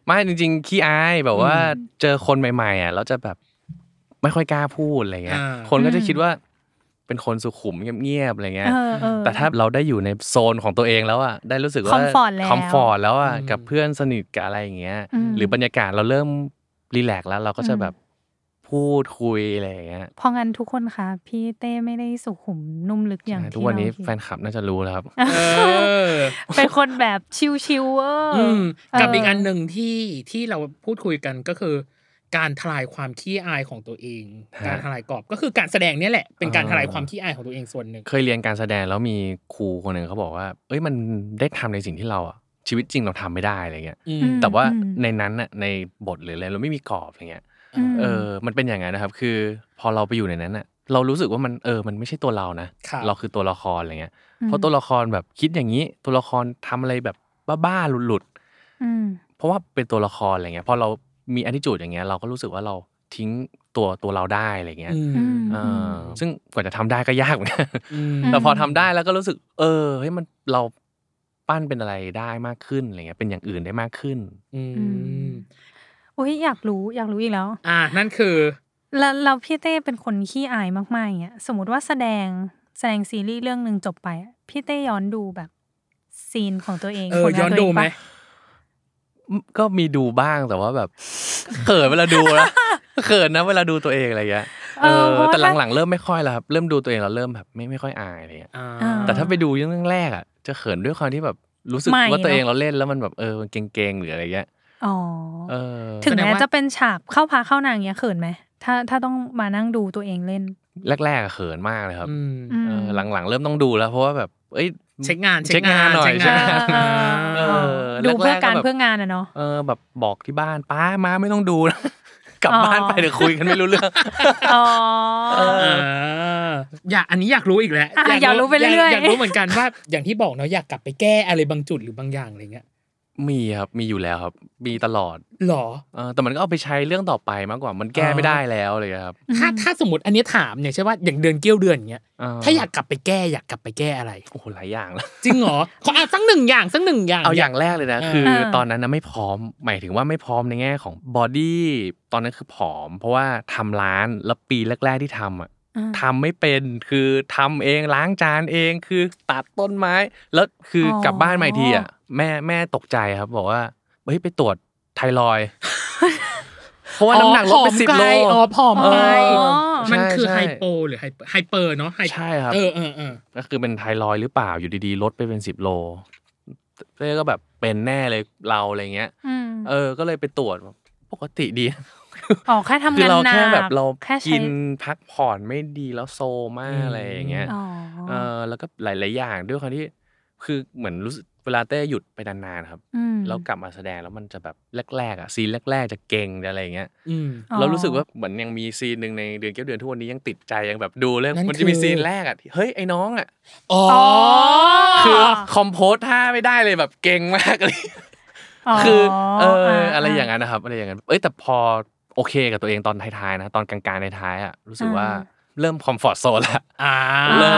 S4: ไม่จริงๆขี้อายแบบว่าเจอคนใหม่ๆอ่ะแล้วจะแบบไม่ค่อยกล้าพูดอะไรเงี้ย
S2: อ่า
S4: คนก็จะ
S3: อืม
S4: คิดว่า เป็นคนสุขุมเงียบๆอะไรเงี้
S3: เอย อเออ
S4: แต่ถ้าเราได้อยู่ในโซนของตัวเองแล้วอ่ะได้รู้สึกว่า
S3: comfort แล้ว
S4: คอมฟอร์ตแล้วอ่ะกับเพื่อนสนิทกับอะไรอย่างเงี้ย
S3: อืม
S4: หรือบรรยากาศเราเริ่มรีแลกซ์แล้ว เราก็จะ
S3: อืม
S4: แบบพูดคุยอะไรอย่างเงี้ย
S3: เพองั้นทุกคนค่ะ พี่เต้ไม่ได้สุขุมนุ่มลึกอย่าง
S4: ใช่
S3: ที่
S4: ทุกวันนี้
S3: เราคิด
S4: แฟนคลับน่าจะรู้แล้วครับ
S2: เออ
S3: เป็นคนแบบชิวๆเวอร์
S2: อืมกับ
S3: เ
S2: อีกอันหนึ่งที่ที่เราพูดคุยกันก็คือ การทลายความขี้อายของตัวเอง
S4: ฮะ
S2: การทลายกรอบก็คือการแสดงเนี่ยแหละ เป็นการทลายความขี้อายของตัวเองส่วนหนึ่ง
S4: เคยเรียนการแสดงแล้วมีครูคนหนึ่งเขาบอกว่า เอ้ยมันได้ทำในสิ่งที่เราอะชีวิตจริงเราทำไม่ได้อะไรเงี้ย
S2: อืม
S3: อืม
S4: แต่ว่า
S3: อืม
S4: ในนั้นน่ะในบทหรืออะไรเราไม่มีกรอบอะไรเงี้ย
S3: ม
S4: เออ มันเป็นอย่างนั้นนะครับ คือพอเราไปอยู่ในนั้นน่ะ เรารู้สึกว่ามันเออ มันไม่ใช่ตัวเรานะ
S2: ครับ
S4: เราคือตัวละครอะไรเงี้ย
S3: อืม
S4: เพราะตัวละครแบบคิดอย่างนี้ ตัวละครทำอะไรแบบบ้าๆหลุด
S3: อืม
S4: ๆ เพราะว่าเป็นตัวละครอะไรเงี้ย พอเรามีอ t t i t u d e อย่างเงี้ย เราก็รู้สึกว่าเราทิ้งตัวตัวเราได้อะไรเงี้ย
S2: อืม
S3: อืม
S4: เออซึ่งกว่าจะทำได้ก็ยากเหมือนกัน
S2: อืม
S4: แต่พอทำได้แล้วก็รู้สึก เออ เฮ้ย มันเราปั้นเป็นอะไรได้มากขึ้นอะไรเงี้ย เป็นอย่างอื่นได้มากขึ้น
S2: อื
S3: อื
S2: ม
S3: มอุ้ยอยากรู้อยากรู้อีกแล้ว
S2: อ่านั่นคือ
S3: แล้วแล้วพี่เต้เป็นคนขี้อายมากๆอย่างเงี้ยสมมติว่าแสดงแสดงซีรีส์เรื่องหนึ่งจบไปอะพี่เต้ย้อนดูแบบซีนของตัวเอง
S2: เออ
S3: ผลงา
S2: ย้อน
S3: ตัวเง
S2: ดูไหม
S3: ปะ
S4: ก็มีดูบ้างแต่ว่าแบบ เขินเวลาดูนะ เขินนะเวลาดูตัวเองอะไรเงี้ยเออ
S3: เพราะว่า
S4: แต่
S3: ถ้า
S4: หลังๆเริ่มไม่ค่อยแล้วครับเริ่มดูตัวเองแล้วเริ่มแบบไม่ไม่ค่อยอายอะไรเงี้ย
S2: อ่า
S3: อ่
S4: แต่ถ้าไปดูเรื่องแรกอ่ะจะเขินด้วยความที่แบบรู้สึก
S3: ใหม่
S4: ว่าตัวเอ
S3: เน
S4: ง
S3: อะ
S4: เราเล่นแล้วมันแบบเออมันเก่งๆหรืออะไรเงี้ย
S3: อ๋อ
S4: เออ
S3: ถึง
S2: แสดง
S3: แม้
S2: ว่า
S3: จะเป็นฉากเข้าพาเข้านางเงี้ยเขินไหมถ้าถ้าต้องมานั่งดูตัวเองเล่น
S4: แรกๆอะเขินมากเลยครับ
S2: อืม
S3: อืม
S4: เออหลังๆ เริ่มต้องดูแล้วเพราะว่าแบบ เอ้ย
S2: เช็คงาน
S4: เช็คงานหน่อย
S2: เช็คงาน
S3: เช็คงาน
S2: เออ
S4: อ
S3: ดูเพื่อการ
S4: แรกๆก็แบบ
S3: เพื่องานอะเนาะ
S4: เออแบบบอกที่บ้านป้ามาไม่ต้องดูนะ กลับ
S3: อ๋อ
S4: บ้านไปเดี๋ยวคุยกันไม่รู้เรื่อง
S3: อ๋อ
S2: เอออยากอันนี้อยากรู้อีกแล้ว
S3: อ่ะอยากรู้ไปเรื่อยๆ
S2: อยากรู้เหมือนกันว่าอย่างที่บอกเนาะอยากกลับไปแก้อะไรบางจุดหรือบางอย่างอะไรเงี้ย
S4: มีครับมีอยู่แล้วครับ มีตลอด
S2: หรอ
S4: เออแต่มันก็เอาไปใช้เรื่องต่อไปมากกว่ามันแก้
S2: อ๋อ
S4: ไม่ได้แล้วอะไรเลยครับ
S2: ถ้าถ้าสมมติอันนี้ถามเนี่ยใช่ว่าอย่างเดือนเกี้ยวเดือนเงี้ย
S4: เ
S2: ถ้าอยากกลับไปแก้อยากกลับไปแก้อะไร
S4: โอ้โหหลายอย่างแล้ว
S2: จริงเหรอขออ่ะสักหนึ่งอย่างสักหนึ่งอย่าง
S4: เอาอย่างแรกเลยนะ
S2: อ่า
S4: คืออา ตอนนั้นนะไม่พร้อม หมายถึงว่าไม่พร้อมในแง่ของบอดี้ตอนนั้นคือผอม เพราะว่าทำร้านแล้วปีแรก ๆที่ทำอ่ะ
S3: อ่า
S4: ทำไม่เป็นคือทำเองล้างจานเองคือตัดต้นไม้ แล้วคือกลับบ้านมาอีกทีอ่ะแม่แม่ตกใจครับ บอกว่าเฮ้ยไปตรวจไทรอย ด์เพราะว่าน้ำหนักลดไป
S2: อ๋อผอม
S4: สิบโล
S2: ไอ๋อผอมไป
S3: อ๋อ
S2: มันคือ
S4: ใช่
S2: ไฮ
S4: ใช่
S2: โปหรือไฮเปอร์ไฮเปอร์เนาะไฮ
S4: ใช่ครับ
S2: เออเออเออ
S4: ก็คือเป็นไทรอยด์หรือเปล่าอยู่ดีๆ ลดไปเป็นสิบโลเต้ก็แบบเป็นแน่เลยเราอะไรเงี้ย
S3: อืม
S4: เออ ก็เลยไปตรวจปกติดี
S3: อ๋อแค่ทำ
S4: คื
S3: งาน
S4: เรา
S3: หนัก
S4: แค่แบบเรา
S3: แค่ใช้
S4: กินพักผ่อนไม่ดีแล้วโซมาก
S2: อืม
S4: อะไรอย่างเงี้ย
S3: อ๋อ
S4: เออ แล้วก็หลาย ๆ อย่างด้วยความที่ คือเหมือนรู้สึกเวลาเต้หยุดไปนาน ๆ ครับ
S3: อืม
S4: แล้วกลับมาแสดงแล้วมันจะแบบแรก ๆ อ่ะ ซีนแรก ๆ จะเก่งจะอะไรอย่างเงี้ย
S2: อืม
S3: อ๋อ
S4: เรารู้สึกว่าเหมือนยังมีซีนหนึ่งในเดือนเกี้ยวเดือนทุกวันนี้ยังติดใจยังแบบดูเลย
S2: นั่น
S4: มันจะมี
S2: คือ
S4: ซีนแรกอ่ะที่เฮ้ยไอ้น้องอ่ะ
S2: อ๋อ
S3: อ๋อ
S4: คือคอมโพสท่าไม่ได้เลยแบบเก่งมากเลย คือเออออะไรอย่างนั้นนะครับอะไรอย่างนั้น เอ้ยแต่พอโอเคกับตัวเองตอนท้ายๆนะตอนกลางๆในท้ายๆอ่ะรู้สึกว่าเริ่มคอมฟอร์ z โซนละ
S2: อ่า
S4: เริ่ม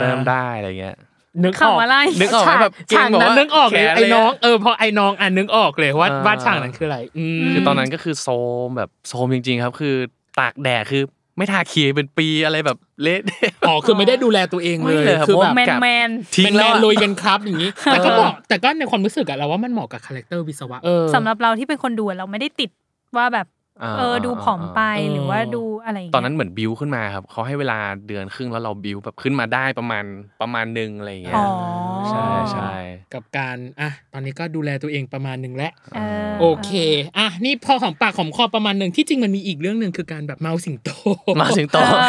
S4: เริ่มได้อะไรเงี้ย
S2: นึกออก
S3: คำอะไร
S4: นึกออกไหมแบบเก่
S2: ฉาง ก
S4: แบบ
S2: นั้น
S4: ว่า
S2: นึกออกเลย
S4: แขะ
S2: ไอ้
S4: ไร
S2: น้อง
S4: เย
S2: เออพอไอ้น้องอ่ะนึกออกเลยว่า
S4: อ่า
S2: ว่าฉากนั้นคืออะไรอืม
S4: คือตอนนั้นก็คือโซมแบบโซมจริง ๆ ครับ คือตากแดดคือไม่ทาครีมเป็นปีอะไรแบบเละ
S2: อ๋อคือไม่ได้ดูแลตัวเองเล
S4: ไม่
S2: ย
S4: เลยครับ
S2: คือ
S4: ผม
S2: แบบ
S3: แมนแมน
S4: ทิ้ง
S2: เป็น
S4: แล้วอะ
S2: ลุยกันครับอย่างนี้ แต่ก็
S4: เออ
S2: เหมาะแต่ก็ในความรู้สึกอะเราว่ามันเหมาะกับคาแรคเตอร์วิศวะ
S4: เออ
S3: สำหรับเราที่เป็นคนดูอะเราไม่ได้ติดว่าแบบ
S4: า
S3: เออดูผอมไปหรือว่าดูอะไรย่าง
S4: ต
S3: เงี้ย
S4: อนนั้นเหมือนบิวขึ้นมาครับเขาให้เวลาเดือนครึ่งแล้วเราบิวแบบขึ้นมาได้ประมาณประมาณหนึงอะไรอย่างเงี้
S3: อ๋
S4: ย
S3: อ
S4: ใช่ใช่
S2: กับการอ่ะตอนนี้ก็ดูแลตัวเองประมาณหนึ่งแล้ว
S3: เออ
S2: โอเค อ่ะ นี่พอหอมปากหอมคอประมาณหนึ่งที่จริงมันมีอีกเรื่องหนึ่งคือการแบบเมาสิงโต
S4: มาถึงโต
S3: เออ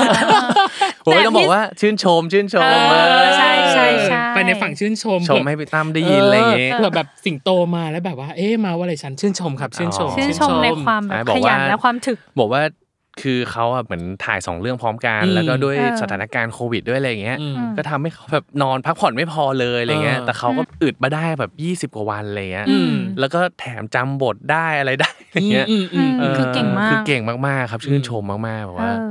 S4: โอ้ยต้องบอกว่าชื่นชมชื่นชม
S3: เออ
S4: เออ
S3: ใช่ใช่ใช่
S2: ไปในฝั่งชื่นชม
S4: ชมให้พี่ตั้มได้ยินอะไรอย่างเงี้ย
S2: เผื่อแบบสิงโตมาแล้วแบบว่า เอ๊ะมาว่าอะไรฉันชื่นชมครับ ชื่นชม
S4: อ๋อ
S3: ชื่นชมในความแบ
S4: ใช่
S3: บบ
S4: อ
S3: ข
S4: กว่า
S3: ยันและความถึก
S4: บอกว่าคือเขาอะเหมือนถ่ายสองเรื่องพร้อมกัน
S2: อืม
S4: แล้วก็ด้วย
S3: เออ
S4: สถานการณ์โควิดด้วยอะไรอย่างเงี้ย
S2: อืม
S4: ก็ทำให้เขาแบบนอนพักผ่อนไม่พอเลยอะไรเงี้ย
S2: เออ
S4: แต่เขาก็อึดมาได้แบบ 20 กว่าวันอะไรเงี้ย
S2: อืม
S4: แล้วก็แถมจำบทได้อะไรได้อะไรเงี้ย
S2: อืมอืม
S3: อืม คือเก่งมาก
S4: คือเก่งมากๆครับชื่นชมมากๆแบบ
S3: เอ
S4: ว่า
S3: อ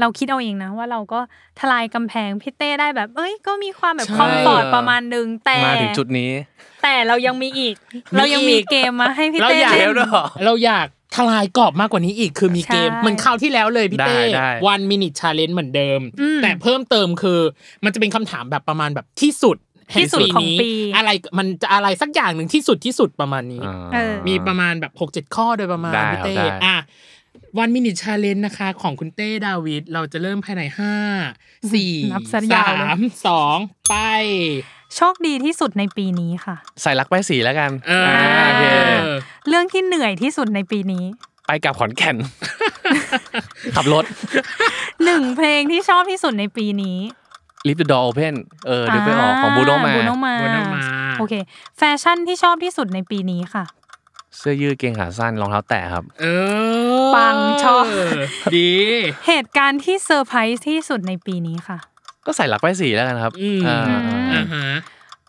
S3: เราคิดเอาเองนะว่าเราก็ทลายกำแพงพี่เต้ได้แบบ เอ้ยก็มีความแบบ
S4: ใช่
S3: คอมฟอร์ตประมาณหนึงแต่
S4: มาถึงจุดนี้
S3: แต่เรายังมีอีก เรายังมีเกมมาให้พี่
S2: เรา
S3: เต้
S2: อยาก
S3: เล่น
S4: เด้วย
S2: เราอยากทลายกรอบมากกว่านี้อีกคือมีเกม
S3: ใช่
S2: เหมันคราวที่แล้วเลยพี่เต้
S4: ได้ได้
S2: วันมินิชาเลนจ์เหมือนเดิม
S3: อืม
S2: แต่เพิ่มเติมคือ มันจะเป็นคำถามแบบประมาณแบบที่สุดแห่
S3: ที่สุดของปี
S2: นี้อะไรมันจะอะไรสักอย่างหนึ่งที่สุดที่สุดประมาณนี้
S4: อ่า
S3: เออ
S2: มีประมาณแบบ6กเจ็ดข้อโดยประมาณ
S4: ได้
S2: พี่เต้
S4: ครับได้
S2: อ่ะวันมินิชาเลนนะคะ ของคุณเต้ดาวิดเราจะเริ่มภายในห้าสี่
S3: นับสัญญา
S2: สา
S3: ณเลย
S2: มสองไป
S3: โชคดีที่สุดในปีนี้ค่ะ
S4: ใส่รักไปายสีแล้วกัน
S2: เออ
S4: อ่าโอเค
S2: เออ
S3: เรื่องที่เหนื่อยที่สุดในปีนี้
S4: ไปกลับขอน แก่น ขับรถ
S3: หนึ่งเพลงที่ชอบที่สุดในปีนี้
S4: Leave the door open เออเดี๋ยวไปออกของบูโนมา
S3: บูโนมา
S2: Bruno Mars
S3: โอเค แฟชั่นที่ชอบที่สุดในปีนี้ค่ะ
S4: เสื้อยืดเกงขาสั้นรองเท้าแตะครับ
S2: เออ
S3: ปังชอบ
S2: ดี
S3: เหตุการณ์ที่เซอร์ไพรส์ที่สุดในปีนี้ค่ะ
S4: ก็ใส่หลักไปายสีแล้วกันครับ
S2: อืม
S4: อ่าอ่า
S2: อ่าฮะ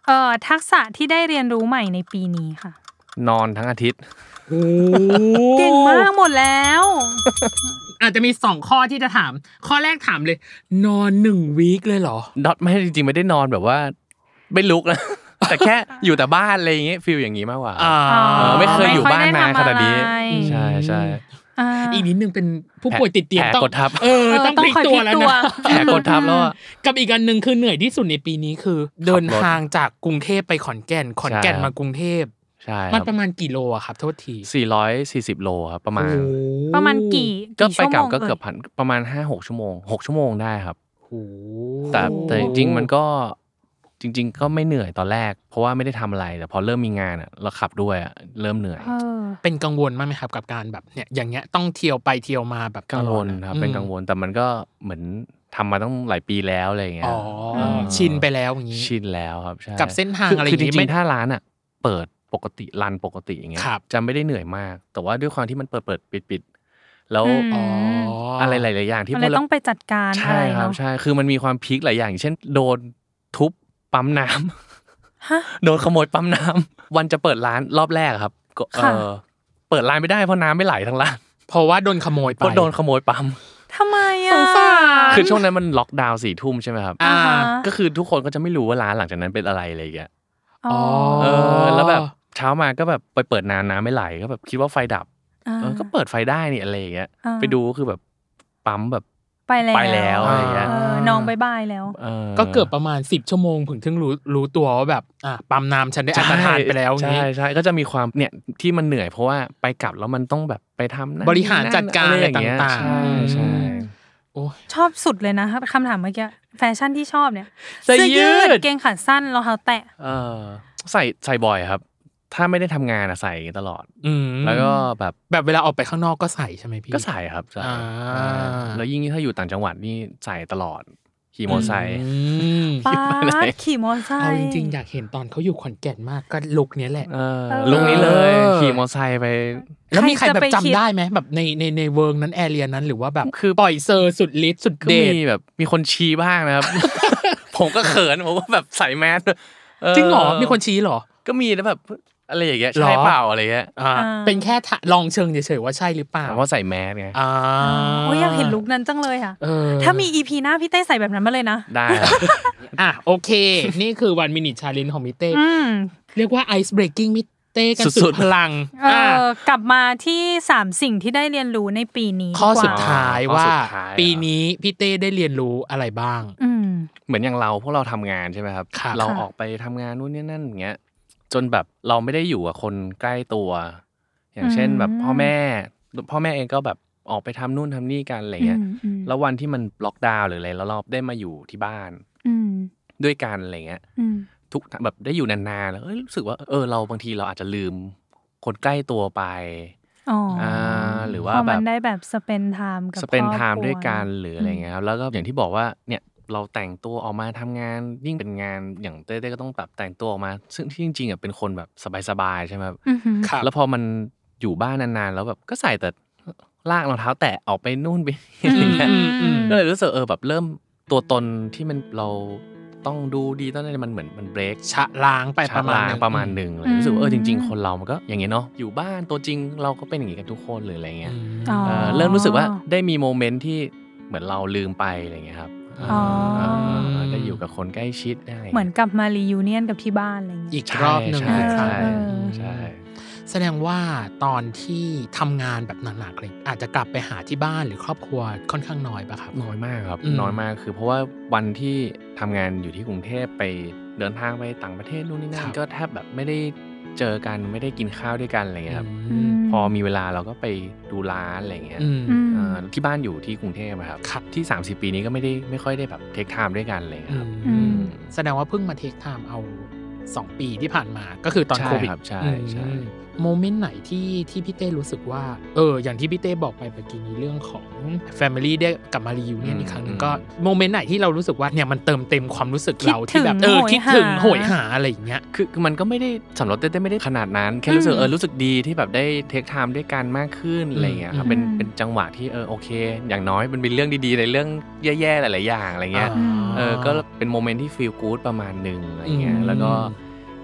S3: เอ่อทักษะที่ได้เรียนรู้ใหม่ในปีนี้ค่ะ
S4: นอนทั้งอาทิตย์
S2: โอ้
S3: เก่งมากหมดแล้ว
S2: อาจจะมีสองข้อที่จะถาม ข้อแรกถามเลย นอนหนึ่งวีคเลยเหรอ
S4: ดอทไม่จริงๆไม่ได้นอนแบบว่า ไม่ลุกนะ แต่แค่อยู่แต่บ้านอะไรอย่างเงี้ยฟิลอย่างงี้มากกว่า
S2: อ่า
S4: เออไม่เคยอยู่บ้าน
S3: ไม่
S4: นา
S3: ค่อยได้
S4: นขนาดนี้
S3: ทำอะไร
S4: ใช่ใช่
S3: อ่า
S2: อีกนิดนึงเป็นผู้ป่วยติดเตียง
S4: แผล
S2: ต้อง
S4: กดทับ
S2: เออ ต้องพลิกตัวแล้วนะ
S4: แผลกดทับแล้วอะ
S2: กับอีกอันหนึ่งคือเหนื่อยที่สุดในปีนี้คือ เดินทางจากกรุงเทพไปขอนแก่น ขอนแก่น
S4: ใช่
S2: มากรุงเทพ
S4: ใช่ค
S2: มั
S4: รั
S2: น
S4: บ
S2: ประมาณกี่โลอะครับ โทษที
S4: 440 โลครับประมาณ
S2: โอ้โห
S3: ประมาณกี่
S4: ก็ไปกลับก็
S3: ชั่วโมง
S4: เกือบพันประมาณ 5 6 ชั่วโมง 6 ชั่วโมงได้ครับ
S2: โอ้โห
S4: แต่แต่จริงๆมันก็จริง ๆ ก็ไม่เหนื่อยตอนแรก เพราะว่าไม่ได้ทำอะไร แต่พอเริ่มมีงานอะเราขับด้วยอะเริ่มเหนื่อย
S3: เออ
S2: เป็นกังวลมากไหมครับกับการแบบเนี่ยอย่างเงี้ยต้องเที่ยวไปเที่ยวมาแบบต
S4: กัง
S2: ล
S4: ว
S2: อด
S4: ล
S2: อะ
S4: ครับ
S2: อืม
S4: เป็นกังวลแต่มันก็เหมือนทำมาตั้งหลายปีแล้วอะไรอย่างเงี้
S2: อ๋
S4: ย
S2: ออ
S3: ม
S2: ชินไปแล้วอย่างงี้
S4: ชินแล้วครับใช่
S2: กับเส้นทา
S4: คื
S2: งะไรอ
S4: คื
S2: ย่างงี้
S4: จ
S2: ไม่
S4: ริงๆถ้าร้านอ่ะ เปิดปกติรันปกติอย่างเงี้ย
S2: ครับ
S4: จะไม่ได้เหนื่อยมาก แต่ว่าด้วยความที่มันเปิดเปิดปิดปิดแล้ว
S3: อืม
S2: อ๋ออะ
S4: อะไรหลายๆอย่างที่
S3: มันเลย
S4: พวกรา
S3: ต้องไปจัดการอะ
S4: ใช่
S3: ไร
S4: ครับ
S3: เนาะ
S4: ใช่คือมันมีความพีคหลายอย่างอย่างเช่น โดนทุบปั๊มน้ำ
S3: ฮะ
S4: โดนขโมยปั๊มน้ำวันจะเปิดร้านรอบแรกครับก็เอ
S3: ค่ะ
S4: อเปิดร้านไม่ได้เพราะน้ำไม่ไหลทั้งร้าน
S2: เพราะว่าโดนขโมยไป
S4: ก็โดนขโมยปั๊ม
S3: ทำไมอ่ะ
S4: คือช่วงนั้นมันล็อกดาวน์สี่ทุ่มใช่ไหมครับ
S2: อ่า
S3: ฮะ
S4: ก็คือทุกคนก็จะไม่รู้ว่าร้านหลังจากนั้นเป็นอะไรอะไรอย่างเงี้ย
S3: อ๋อ
S4: เอ
S2: อ๋อ
S4: อ แล้วแบบเช้ามาก็แบบไปเปิดน้ำน้ำไม่ไหลก็แบบคิดว่าไฟดับ
S3: า
S4: เออ ก็เปิดไฟได้นี่อะไรอย่างเงี้ย
S3: อ่า
S4: ไปดูก็คือแบบปั๊มแบบ
S3: ไปแล้ว
S4: ไปแล้วอะไรอย่างเงี้ย
S3: เออน้องบายบายแล้ว
S4: เออ
S2: ก็เกือบประมาณ 10 ชั่วโมงถึงถึงรู้รู้ตัวว่าแบบอ่ะปั๊มน้ำฉันได้อัตทานไปแล้วอย่าง
S4: ใช่
S2: งี้
S4: ใช่ใช่ก็จะมีความเนี่ยที่มันเหนื่อยเพราะว่าไปกลับแล้วมันต้องแบบไปทำนั่น
S2: บริหารจัดการ
S4: นั่นย่เย
S2: อะไรต่างๆ
S4: ใช่ใช่
S2: อืม โอ้ย
S3: ชอบสุดเลยนะคำถามเมื่อกี้แฟชั่นที่ชอบเนี่ย
S4: เสื้อยืด
S3: เกงขาสั้นรองเท้าแตะ
S4: เออใส่ใส่บ่อยครับ ถ้าไม่ได้ทำงานอะใส่ตลอด
S2: อืม
S4: แล้วก็แบบ
S2: แบบเวลาออกไปข้างนอกก็ใส่ใช่ไหมพี่
S4: ก็ใส่ครับใส่
S2: อ่า
S4: อ่าแล้วยิ่งถ้าอยู่ต่างจังหวัดนี่ใส่ตลอดขี่มอเตอร์ไซค์
S2: อืม
S3: ป้า
S4: ไหน
S3: ดขี่มอเตอร์ไซ
S2: เอา
S3: ค์
S2: จริงๆ อยากเห็นตอนเขาอยู่ขอนแก่นมากก็ลุกเนี้ยแหละ
S4: เออ
S3: เออ
S4: ลุงนี้เลย
S2: เออ
S4: ขี่มอเตอร์ไซค์ไป
S2: แล้วมีใครแบบ
S3: ใครจะไป
S2: จำ
S3: คิด
S2: ได้ไหมแบบในในในเวิร์กนั้นแอเรียนั้นหรือว่าแบบ
S4: คือ
S2: ปล่อยเซอร์สุดฤทธิ์สุด
S4: ก็
S2: เดช
S4: มี แบบมีคนชี้บ้างนะครับ ผมก็เขินผมก็แบบใส่แมส
S2: จริงเหรอ มีคนชี้เหรอ
S4: ก็มีนะแบบอะไรอย่างเงี้ย
S2: หรอ
S4: ใช่เปล่าอะไรเงี้ย
S2: อ่า
S3: อ่า
S2: เป็นแค่ทะลองเชิงเฉยๆว่าใช่หรือเปล่า
S4: เพราะว่าใส่แมสไง
S2: อ่า
S3: โอ้ยอยากเห็นลุกนั้นจังเลยค่ะ
S2: เออ
S3: ถ้ามีอีพีหน้าพี่เต้ใส่แบบนั้นมาเลยนะ
S4: ได้ครับ
S2: อ่ะโอเค นี่คือวันมินิชาเลนของมิเต้
S3: อืม
S2: เรียกว่าไอซ์เบรกกิ้งมิเต้กัน
S4: สุ
S2: สุด
S4: ด
S2: พ
S4: ๆ
S2: ลัง
S3: เอ
S2: อ่ะ
S3: อ กลับมาที่สามสิ่งที่ได้เรียนรู้ในปีนี้
S2: ข้อ
S3: ดีกว่
S2: สุดท้าย
S4: ข้อ
S2: ว่า
S4: สุดท้ายอ่ะ
S2: ปีนี้พี่เต้ได้เรียนรู้อะไรบ้าง
S3: อืม
S4: เหมือนอย่างเราพวกเราทำงานใช่ไหมครับ
S2: ครับ
S4: เรา
S3: ค่ะ
S4: ออกไปทำงานนู่นนี่นั่นอย่างเงี้ยจนแบบเราไม่ได้อยู่กับคนใกล้ตัว อย่างเช่นแบบพ่อแม่ พ่อแม่เองก็แบบออกไปทำนู่นทำนี่กันอะไรเงี้ย
S3: อืมอืม
S4: แล้ววันที่มันล็อกดาวน์หรืออะไรแล้วเราได้มาอยู่ที่บ้าน
S3: อืม
S4: ด้วยกันอะไรเงี้ย
S3: อืม
S4: ทุกแบบได้อยู่นานๆแล้วเอ้ยรู้สึกว่าเออเราบางทีเราอาจจะลืมคนใกล้ตัวไป
S3: อ๋ออ่
S4: าหรือว่า
S3: พอ
S4: แบ
S3: มัน
S4: บ
S3: ได้แบบสเปนไทม์กับ
S4: สเปน
S3: ครอบ
S4: ไทม์
S3: ครั
S4: ด้วยกันหรืออะไร
S3: ม
S4: เงี้ยครับแล้วก็อย่างที่บอกว่าเนี่ยเราแต่งตัวออกมาทำงานยิ่งเป็นงานอย่างเต้เต้ก็ต้องแบบแต่งตัวออกมา ซึ่งที่จริงๆอ่ะเป็นคนแบบสบายๆใช่ไหมครับ
S3: อือหือ
S2: ครับ
S4: แล้วพอมันอยู่บ้านนานๆแล้วแบบก็ใส่แต่ลากรองเท้าแตะออกไปนู่นไปนี่อะไรเงี้ย
S2: อืมอืม
S4: ก็เลยรู้สึกเออแบบเริ่มตัวตนที่มันเราต้องดูดีต้องอะไรมันเหมือนมันเบรก
S2: ชะล้างไปประมาณ
S4: ชล้งประมาณหนึ่งเลยรู้สึกว่าเออจริง ๆ คนเรามันก็อย่างเงี้ยเนาะอยู่บ้านตัวจริงเราก็เป็นอย่างงี้กันทุกคนหรืออะไรเงี้ย
S2: อืม
S4: เออเริ่มรู้สึกว่าได้มีโมเมนต์ที่เหมือนเราลืมไปอะไรเงี้ยครับ
S3: อ๋อ
S4: เออได้อยู่กับคนใกล้ชิดได้
S3: เหมือนกลับมารียูเนียนกับที่บ้านอะไรอย่างเงี้ย
S2: อีก
S4: ใช่
S2: รอบหนึ่ง
S4: ใช่
S2: อีกครั้ง
S4: ใช่
S2: หนึ่ง
S4: ใช่
S2: แสดงว่าตอนที่ทำงานแบบหนักๆเลยอาจจะกลับไปหาที่บ้านหรือครอบครัวค่อนข้างน้อยปะครับ
S4: น้อยมากครับ
S2: อืม
S4: น้อยมากคือเพราะว่าวันที่ทำงานอยู่ที่กรุงเทพไปเดินทางไปต่างประเทศนู่นนี่นั่นก็แทบแบบไม่ได้เจอกันไม่ได้กินข้าวด้วยกันอะไรเงี้ยครับ
S2: อืม
S4: พอมีเวลาเราก็ไปดูร้านอะไรเงี้ย
S2: อืม
S4: เอ่อที่บ้านอยู่ที่กรุงเทพอะครับ
S2: ครับ
S4: ที่ 30 ปีนี้ก็ไม่ได้ไม่ค่อยได้แบบเทคไทม์ด้วยกันอะไรเลยครับ
S2: อืม
S4: อืม
S2: แสดงว่าเพิ่งมาเทคไทม์เอา 2 ปีที่ผ่านมาก็คือตอน
S4: ใช่
S2: โควิด
S4: ครับใช่
S2: อืม
S4: ใช่
S2: โมเมนต์ไหนที่ที่พี่เต้รู้สึกว่า เออ อย่างที่พี่เต้บอกไปเมื่อกี้นี้เรื่องของ Family ได้กลับมารีวิวเนี่ย
S4: อืม
S2: อีกครั้งหนึ่งก็
S4: อืม
S2: โมเมนต์ไหนที่เรารู้สึกว่าเนี่ยมันเติมเต็มความรู้สึกเรา
S3: คิดถึ
S2: ที่
S3: ง
S2: แบบเออ
S3: โหย
S2: คิดถึง
S3: หา
S2: โหยหาอะไรอย่างเงี้ย
S4: คือคือมันก็ไม่ได้สำหรับเต้เต้ไม่ได้ขนาดนั้น แค่
S3: อืม
S4: รู้สึกเออรู้สึกดีที่แบบได้เทคไทม์ด้วยกันมากขึ้นอะไรอย่างเงี้ยครับเป็น
S3: อืม
S4: เป็นจังหวะที่เออโอเค อย่างน้อยมันเป็นเรื่องดีๆในเรื่องแย่ๆหลายๆอย่างอะไรเงี้ย เออก็เป็นโมเมนต์ที่ฟีลกู๊ดประมาณหนึ่งอะไรเงี้ย
S2: อืม
S4: แล้วก็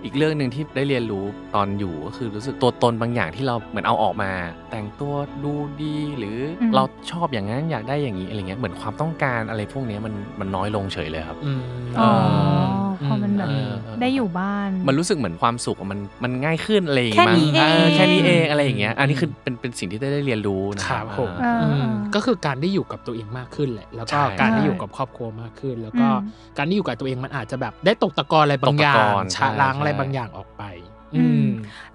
S4: อีกเรื่องหนึ่งที่ได้เรียนรู้ตอนอยู่ก็คือรู้สึกตัวตนบางอย่างที่เราเหมือนเอาออกมา แต่งตัวดูดีหรืออ
S3: ม
S4: เราชอบอย่างนั้นอยากได้อย่างนี้อะไรเงี้ย เหมือนความต้องการอะไรพวกเนี้ยมันมันน้อยลงเฉยเลยครับ
S2: อืม
S3: อ๋อ
S2: เ
S3: พอมันแบบ
S4: เออเออ
S3: ได้อยู่บ้าน
S4: มันรู้สึกเหมือนความสุขอะมันมันง่ายขึ้นอะไรอย่าง
S3: แค่นี้เอ
S4: เงี้ยมั้ง
S3: ง
S4: เออแค่นี้เองอะไรอย่างเงี้ย อันนี้คือเป็นเป็นสิ่งที่ได้ได้เรียนรู้นะ
S2: ค
S4: ค
S2: รั
S4: รับบ
S2: ผม
S4: อ่า
S3: เอออื
S2: มก็คือการได้อยู่กับตัวเองมากขึ้นแหละ แล้วก็
S4: ใช่
S2: การได้
S3: ใช่
S2: อยู่กับครอบครัวมากขึ้น แล้วก็
S3: อืม
S2: การที่อยู่กับตัวเองมันอาจจะแบบได้ตกตะกอนอะไรบางอย่า
S4: ตก
S2: ง
S4: ตะกอน
S2: ชะล้าง
S4: ใช่
S2: อะไรบางอย่างออกไป อืม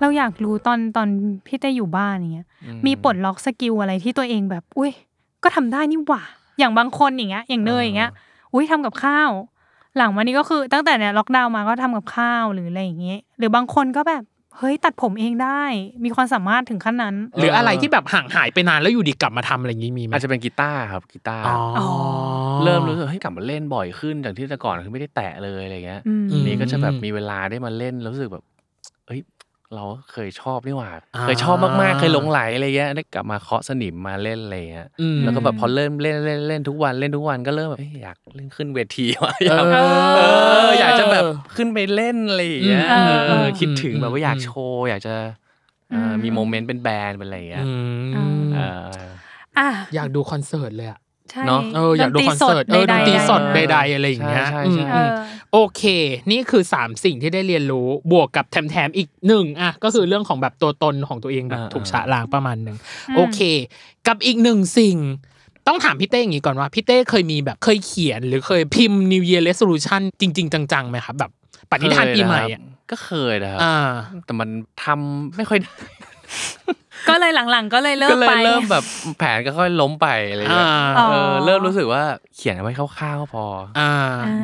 S3: เราอยากรู้ตอนตอนพี่เต้อยู่บ้านอย่างเงี้ย
S4: อื
S3: มีปลดล็อกสกิลอะไรที่ตัวเองแบบ อุ้ย ก็ทำได้นี่หว่า อย่างบางคนอย่างเงี้ย อย่างเนยอย่างเงี้ย อุ้ยทำกับข้าว หลังวันนี้ก็คือตั้งแต่เนี่ยล็อกดาวน์มาก็ทำกับข้าวหรืออะไรอย่างเงี้ย หรือบางคนก็แบบ เฮ้ยตัดผมเองได้ มีความสามารถถึงขั้นนั้น
S2: หรืออะไรที่แบบห่างหายไปนานแล้วอยู่ดีกลับมาทำอะไรอย่างนี้มีไหม
S4: อาจจะเป็นกีตาร์ครับกีตาร์
S2: อ๋อ
S4: เริ่มรู้สึกเฮ้ยกลับมาเล่นบ่อยขึ้นจากที่แต่ก่อนคือไม่ได้แตะเลยอะไรเงี้ย
S3: อืม
S2: อืม
S4: นี่ก็จะแบบมีเวลาได้มาเล่นแล้วรู้สึกแบบ เอ้ย เราก็เคยชอบนี่หว่า
S2: อ่า
S4: เคยชอบมากๆ เคยหลงไหลอะไรเงี้ย ได้กลับมาเคาะสนิมมาเล่นอะไรเงี้ย
S2: อืม
S4: แล้วก็แบบพอเริ่มเล่นเล่นเล่นทุกวันเล่นทุกวันก็เริ่มแบบเอ้ยอยากเล่นขึ้นเวทีว่ะอยาก
S2: เออ
S4: เอออยากจะแบบขึ้นไปเล่นอะไรอย่างเงี้ย
S3: อืม
S4: เออ
S3: เออ
S4: คิดถึงแบบว่าอยากโชว์อยากจะเอ่ออ
S3: ม
S4: มีโมเมนต์เป็นแบรนด์เป็นอะไรอย่างเงี้ย
S2: อืม
S4: เออ
S3: อ่ะ
S2: อยากดูคอนเสิร์ตเลยอะ
S3: ใช่
S4: เนอะ
S2: เอออยากดูคอนเสิร์ตเออดน
S3: ใๆ
S2: ตรีสด
S4: ใ
S2: ใดๆอะไรอย่างเงี้ย
S4: ใช่
S2: อื
S4: ใช่
S2: ม
S4: ใช่
S3: เออ
S2: โอเค นี่คือ 3 สิ่งที่ได้เรียนรู้บวกกับแถมๆอีกหนึ่งอะก็คือเรื่องของแบบตัวตนของตัวเองแบบ
S4: อ่า
S2: ถูกชะล้างประมาณหนึ่ง
S3: อืม
S2: โอเค กับอีกหนึ่งสิ่ง ต้องถามพี่เต้อย่างนี้ก่อนว่าพี่เต้เคยมีแบบเคยเขียน หรือเคยพิมพ์ New Year Resolution จริง ๆ จังๆไหมครับแบบปฏิทานปีใหม่
S4: เคย
S2: อะ
S4: นะครับก็เคยนะครับ
S2: อ่า
S4: แต่มันทำไม่ค่อยได้
S3: ก็เลยหลังๆ ก็เลยเริ่ม
S4: ก็เลย
S3: ไป
S4: เริ่มแบบแผนก็ค่อยล้มไปอะไรอย่างเงี้ย
S2: อ่า
S4: เออเริ่มรู้สึกว่าเขียนไว้คร่าวๆพออ
S2: อ่า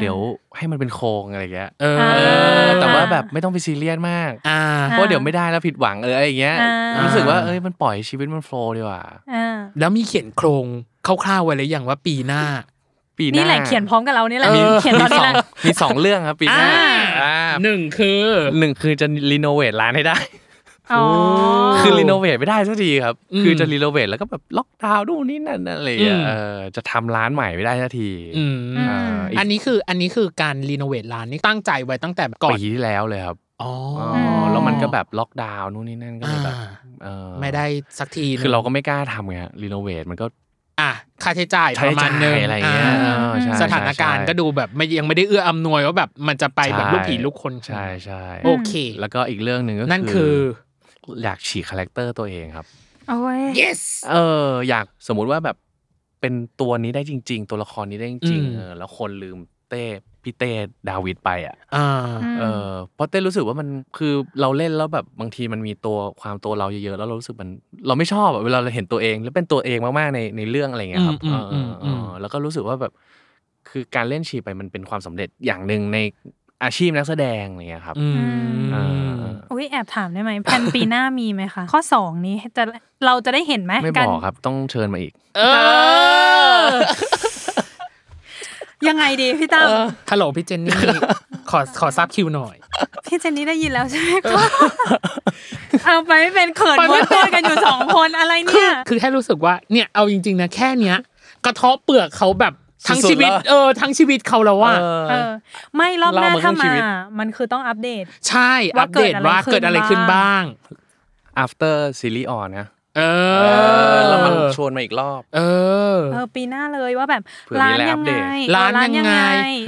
S4: เดี๋ยวให้มันเป็นโครงอะไรอย่างเงี้ย
S2: เออ
S4: เออ แต่ว่า
S3: อ่า
S4: แบบไม่ต้องไปซีเรียสมาก
S2: อ่า
S4: เพราะเดี๋ยวไม่ได้แล้วผิดหวังเอออะไรอย่างเงี้ย
S3: อ่ารู้
S4: รู้สึกว่าเอ้ยมันปล่อยชีวิตมันโฟล์ดีกว่า
S3: อ่า
S2: แล้วมีเขียนโครงคร่าวๆไว้หรือยังว่าปีหน้า
S4: ปีหน้า
S3: นี่แหละเขียนพร้อมกับเรานี่แหละ
S2: เออ
S3: เขียนตอน
S4: มี
S3: นี้
S4: ส
S3: แห
S4: อง
S3: ละ
S4: มีสองเรื่องครับปีหน้าอ่า
S2: หนึ่งคือ
S4: หนึ่งคือจะรีโนเวทร้านให้ได้
S3: อ๋อ
S4: คือรีโนเวทไม่ได้สักทีครับ
S2: อืม
S4: คือจะรีโนเวทแล้วก็แบบล็อกดาวน์นู่นนี่นั่นอะไรอย่างเงี้
S2: อื
S4: ย
S2: ม
S4: เออจะทำร้านใหม่ไม่ได้สักที
S2: อืม
S3: ม
S4: อ่าอีก
S2: อันนี้คืออันนี้คือการรีโนเวทร้านนี่ตั้งใจไว้ตั้งแต่ก่อน
S4: ปีที่แล้วเลยครับ
S2: อ๋อ
S4: อ๋อ
S2: อ
S4: อแล้วมันก็แบบล็อกดาวน์นู่นนี่นั่นก็เลยแบบ
S2: อ่า
S4: เออ
S2: ไม่ได้สักทีหนึ่ง
S4: คือเราก็ไม่กล้าทำไงฮะรีโนเวทมันก็
S2: อ่ะค่าใช้จ่ายป
S4: ใช้
S2: ระมา
S4: จ่า
S2: ณหนึง
S4: ยอะไรอย่างเงี้ย
S2: อ่า
S4: เออใช่
S2: สถานการณ์ก็ดูแบบไม่ยังไม่ได้เอื้ออำนวยว่าแบบมันจะไป
S4: ใช่
S2: แบบลูกผีลูกคน
S4: ใช่ใช่
S2: โอเค
S4: แล้วก็อีกเรื่องหนึ่งก็
S2: นั่นคือ
S4: อยากฉีกคาแรคเตอร์ตัวเองครับ
S3: โอ้ย
S2: yes
S4: เอออยากสมมุติว่าแบบเป็นตัวนี้ได้จริง ๆ ตัวละครนี้ได้จริง
S2: อืม
S4: ๆเออแล้วคนลืมเต้พี่เต้ดาวิดไปอ่ะ
S2: อ่า
S4: เออเพราะเต้รู้สึกว่ามันคือเราเล่นแล้วแบบบางทีมันมีตัวความตัวเราเยอะๆแล้วเรารู้สึกมัน เราไม่ชอบอะเวลาเราเห็นตัวเองแล้วเป็นตัวเองมากๆในในเรื่องอะไรเงี้ยครับ
S2: อื
S4: เอ
S2: ม
S4: อ
S2: อืม
S4: เออ
S2: อื
S4: เอ
S2: ม
S4: อแล้วก็รู้สึกว่าแบบคือการเล่นชีไปมันเป็นความสำเร็จอย่างหนึ่งในอาชีพนักแสดงอะไรเงี้ยครับ
S2: อืม
S4: เออเออ
S3: อุ้ยแอบถามได้ไหมแผนปีหน้ามีไหมคะ ข้อ 2 นี้จะเราจะได้เห็นไหม
S4: ไม่
S3: า
S4: บอกครับต้องเชิญมาอีก
S2: เออ
S3: ยังไงดีพี่ตั้ม
S2: ฮัลโหลพี่เจนนี่ขอขอซับคิวหน่อย
S3: พี่เจนนี่ได้ยินแล้วใช่ไหมคะเอาไปไม่เป็นเขิน
S2: ไป
S3: ม
S2: ไม่
S3: ด
S2: เป็น
S3: ตัวกันอยู่สองคนอะไร
S2: คือ
S3: เนี่ย
S2: คือแค่รู้สึกว่าเนี่ยเอาจริงๆนะแค่เนี้ยกระเทาะเปลือกเขาแบบทั้ง
S4: สุดๆ
S2: ชีวิต
S4: แล้ว
S2: เออทั้งชีวิตเขาแล้วว่า
S3: เออ ไม่รอบหน้า
S4: เล่ามาครึ่
S3: ถ้าง
S4: ชี
S3: มา
S4: วิต
S3: มันคือต้องอัปเดต
S2: ใช่อั
S3: ว่า
S2: ป
S3: เกิ
S2: เด
S3: ด
S2: ต
S3: อะไร
S2: ว่าเกิดอะไร
S3: ขึ้
S2: ขึ้น
S3: น
S2: บ้า
S3: บ้าง ง
S4: after ซีรีส์ออนนะ
S2: เอ
S4: เอ
S2: อ
S4: อแล้วมันชวนมาอีกรอบ
S2: เออ
S3: เออปีหน้าเลยว่าแบบ
S4: เผื่อมี
S3: ร้าน
S4: อะไรอั
S3: ยั
S4: ป
S3: ง
S4: เด
S3: ไง
S4: ต
S2: ร้านยังไง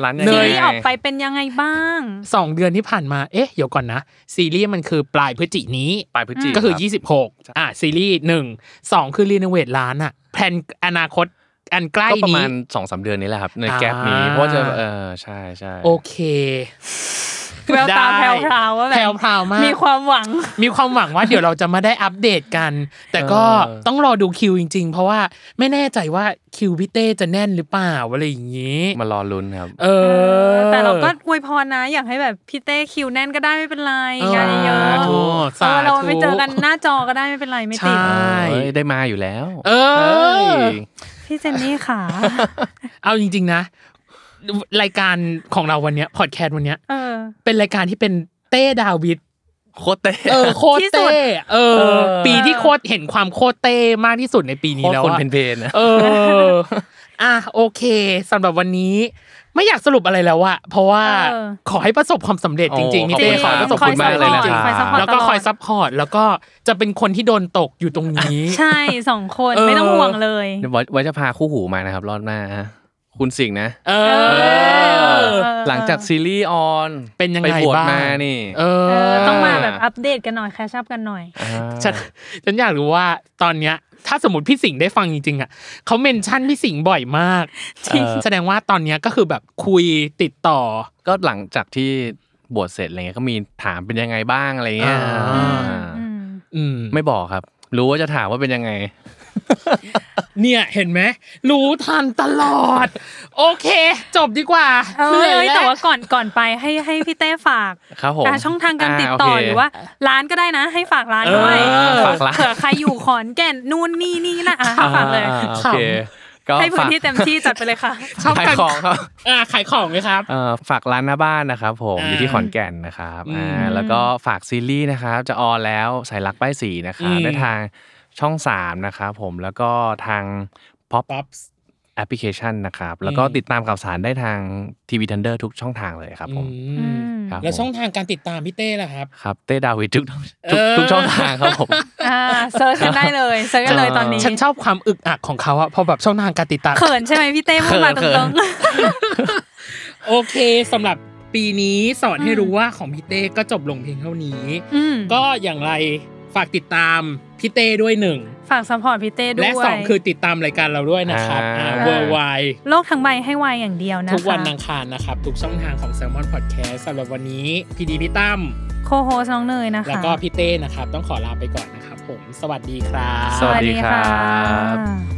S4: ร้านยังไง
S3: ซีรีส์ออกไปเป็นยังไงบ้าง
S2: สองเดือนที่ผ่านมาเอ๊ะเดี๋ยวก่อนนะ ซีรีส์มันคือปลายพฤศจินี้
S4: ปลายพฤศจิ
S2: ก็คือ
S4: รับ
S2: 26 อ่ะซีรีส์หนึ่งสองคือรีโนเวทร้านอ่ะแผนอนาคตอันใกล้
S4: ก็ประมา
S2: นี้
S4: ณสองสามเดือนนี้แหละครับ ใน
S2: อ่า
S4: แก๊ปนี้เพราะว่าจะเออใช่ใช่
S2: โอเค
S3: แววตา
S2: ได้
S3: แผ่วพราวว่าแบ
S2: แผ่ว
S3: บ
S2: พราวมาก
S3: มีความหวัง
S2: มีความหวังว่าเดี๋ยวเราจะมาได้อัปเดตกัน แต่ก็
S4: เออ
S2: ต้องรอดูคิวจริง ๆ เพราะว่าไม่แน่ใจว่าคิวพี่เต้จะแน่นหรือเปล่าอะไรอย่างนี้
S4: มารอลุ้นครับ
S2: เอ
S3: เอ
S2: อ
S3: อแต่เราก็อวยพรนะอยากให้แบบพี่เต้คิวแน่นก็ได้ไม่เป็นไรงานเยอะ
S2: สาธุ
S3: เอ
S2: สา
S3: อ
S2: ธุ
S3: เราไปเจอกันหน้าจอก็ได้ไม่เป็นไรไม่ติด
S2: ใช่
S4: เอ้ยได้มาอยู่แล้ว
S2: เออ
S4: เอ้ย
S3: พี่เจนนี่ขา
S2: เอาจริง ๆ นะ รายการของเราวันเนี้ยพอดแคสต์วันเนี้ย
S3: เออ
S2: เป็นรายการที่เป็นเต้ดาวิด
S4: โคตรเต้
S2: เออโคตร
S3: ที่สุ
S2: เต้
S3: ด
S2: เอ
S4: เอ
S2: อ
S4: อ
S2: ปีที่โคตรเห็นความโคตรเต้มากที่สุดในปี
S4: โค
S2: นี้
S4: ตร
S2: แล้ว
S4: คน
S2: อะ
S4: เพลนๆนะ
S2: เออ อ่ะโอเคสำหรับวันนี้ ไม่อยากสรุปอะไรแล้วอะเพราะว่า
S3: เออ
S2: ขอให้ประสบความสำเร็จจริงๆ
S4: โอ้
S2: พี่
S4: ข
S2: เต้
S4: อบคุณ
S2: ขอ
S4: ค
S2: ให้
S4: รับ
S2: ประสบความสำ
S4: ขอบคุณมากเล
S2: เร็จ
S4: ย
S2: จ
S4: นะ
S2: ริง
S4: ค
S3: คอยซัพพอ
S2: ๆ
S3: ร์ต
S4: รั
S2: แล้
S4: บ
S2: วก็
S3: ตลอด
S2: คอยซัพพอร์ตแล้วก็จะเป็นคนที่โดนตกอยู่ตรงนี้
S3: ใช่สองคน
S2: เออ
S3: ไม่ต้องห่วงเลย
S4: เดี๋ยวไว้ไว้จะพาคู่หูมานะครับ รอบหน้าฮะคุณสิงห์นะ
S2: เอ
S4: เอ
S2: อ
S4: อ หลังจากซีรีส์ออน
S2: เป็นยังไง
S4: ปบวช
S2: บ้าง
S4: มานี่
S2: เอ
S3: เออ
S2: อ
S3: ต้องมาแบบอัปเดตกันหน่อยแคชอัพกันหน่อย
S4: อ่า
S2: ฉันฉันอยากรู้ว่าตอนเนี้ย ถ้าสมมติพี่สิงห์ได้ฟังจริงๆอะเขาเมนชั่นพี่สิงห์บ่อยมาก
S3: จริง
S2: เออแสดงว่าตอนเนี้ยก็คือแบบคุยติดต่อ
S4: ก็หลังจากที่บวชเสร็จอะไรเงี้ยก็มีถามเป็นยังไงบ้างอะไรเงี้ย
S2: อ่า
S4: อ่า
S3: อืม
S2: อืม
S4: ไม่บอกครับ รู้ว่าจะถามว่าเป็นยังไง
S2: เนี่ยเห็นไหมรู้ทันตลอด โอเค จบดีกว่า
S3: เออ
S2: หนื่ย
S3: เอ้ย
S2: ล้
S3: แต่ว่าก่อนก่อนไปให้ให้พี่เต้ฝาก
S4: ครับผม
S3: อ่ะช่องทางการติดต่อ
S4: โเค
S3: หรือว่า ร้านก็ได้นะ ให้ฝากร้าน
S2: เอ
S3: ด้วย
S2: อ
S4: ฝากร้าน
S3: เผื่อใครอยู่ขอนแก่นนู่นนี่นี่นะอ่ะให้ฝากเลย
S4: อ่โอเคก็
S3: ให้พื้น
S4: ฝาก
S3: ที่เต็มที่จัดไปเลยค่ะ
S2: ชอบ
S4: ขาย
S2: กัน
S4: ของครับ
S2: อ่าขายของไหมครับ
S4: เอ่อฝากร้านหน้าบ้านนะครับผม
S2: อ่า
S4: อยู่ที่ขอนแก่นนะครับ
S2: อืม
S4: อ่าแล้วก็ฝากซีรีส์นะครับจะออนแล้วสายลักป้ายสีนะครับ
S2: อืม
S4: ได้ทางช่อง 3 นะครับผมแล้วก็ทาง Pop
S2: ป๊อป
S4: แอปพลิเคชันนะครับ แล้วก็
S2: อืม
S4: ติดตามข่าวสารได้ทาง TV Thunder ทุกช่องทางเลยครับผมครับ
S2: แล้ว
S4: ผม
S2: ช่องทางการติดตามพี่เต้ล่ะครับ
S4: ครับเต้ดาวิดทุกทุก
S2: เออ
S4: ทุกช่องทางครับผม
S3: อ่าเซิร์ชกันได้เลยเซิร์ชกันเลยตอนนี้
S2: ฉันชอบความอึกอักของเขาอะพอแบบช่องทางการติดตาม
S3: เขินใช่ไหมพี่เต้พูดมาต
S4: เขิน
S3: รง
S2: โอเคสำหรับปีนี้สอนให้รู้ว่าของพี่เต้ก็จบลงเพียงเท่านี้
S3: ๆอืม
S2: ก็อย่างไรฝากติดตามพี่เต้ด้วยหนึ่ง
S3: ฝากซัพพอร์ตพี่เต้ด้วย
S2: และสองคือติดตามรายการเราด้วยนะครับ
S4: อ่า
S2: เวอร์ไว
S3: โลกทั้งใบให้วายอย่างเดียวนะคะ
S2: ทุกวันอังคารนะครับ ทุกช่องทางของ s ซ l m o n Podcast สำหรับวันนี้พีดีพี่ตั้ม
S3: โคโฮสน้องเนยนะคะ
S2: แล้วก็พี่เต้นะครับ ต้องขอลาไปก่อนนะครับผม สวัสดีครับ
S4: สวัสดีครับ
S3: สวัสดีค่ะ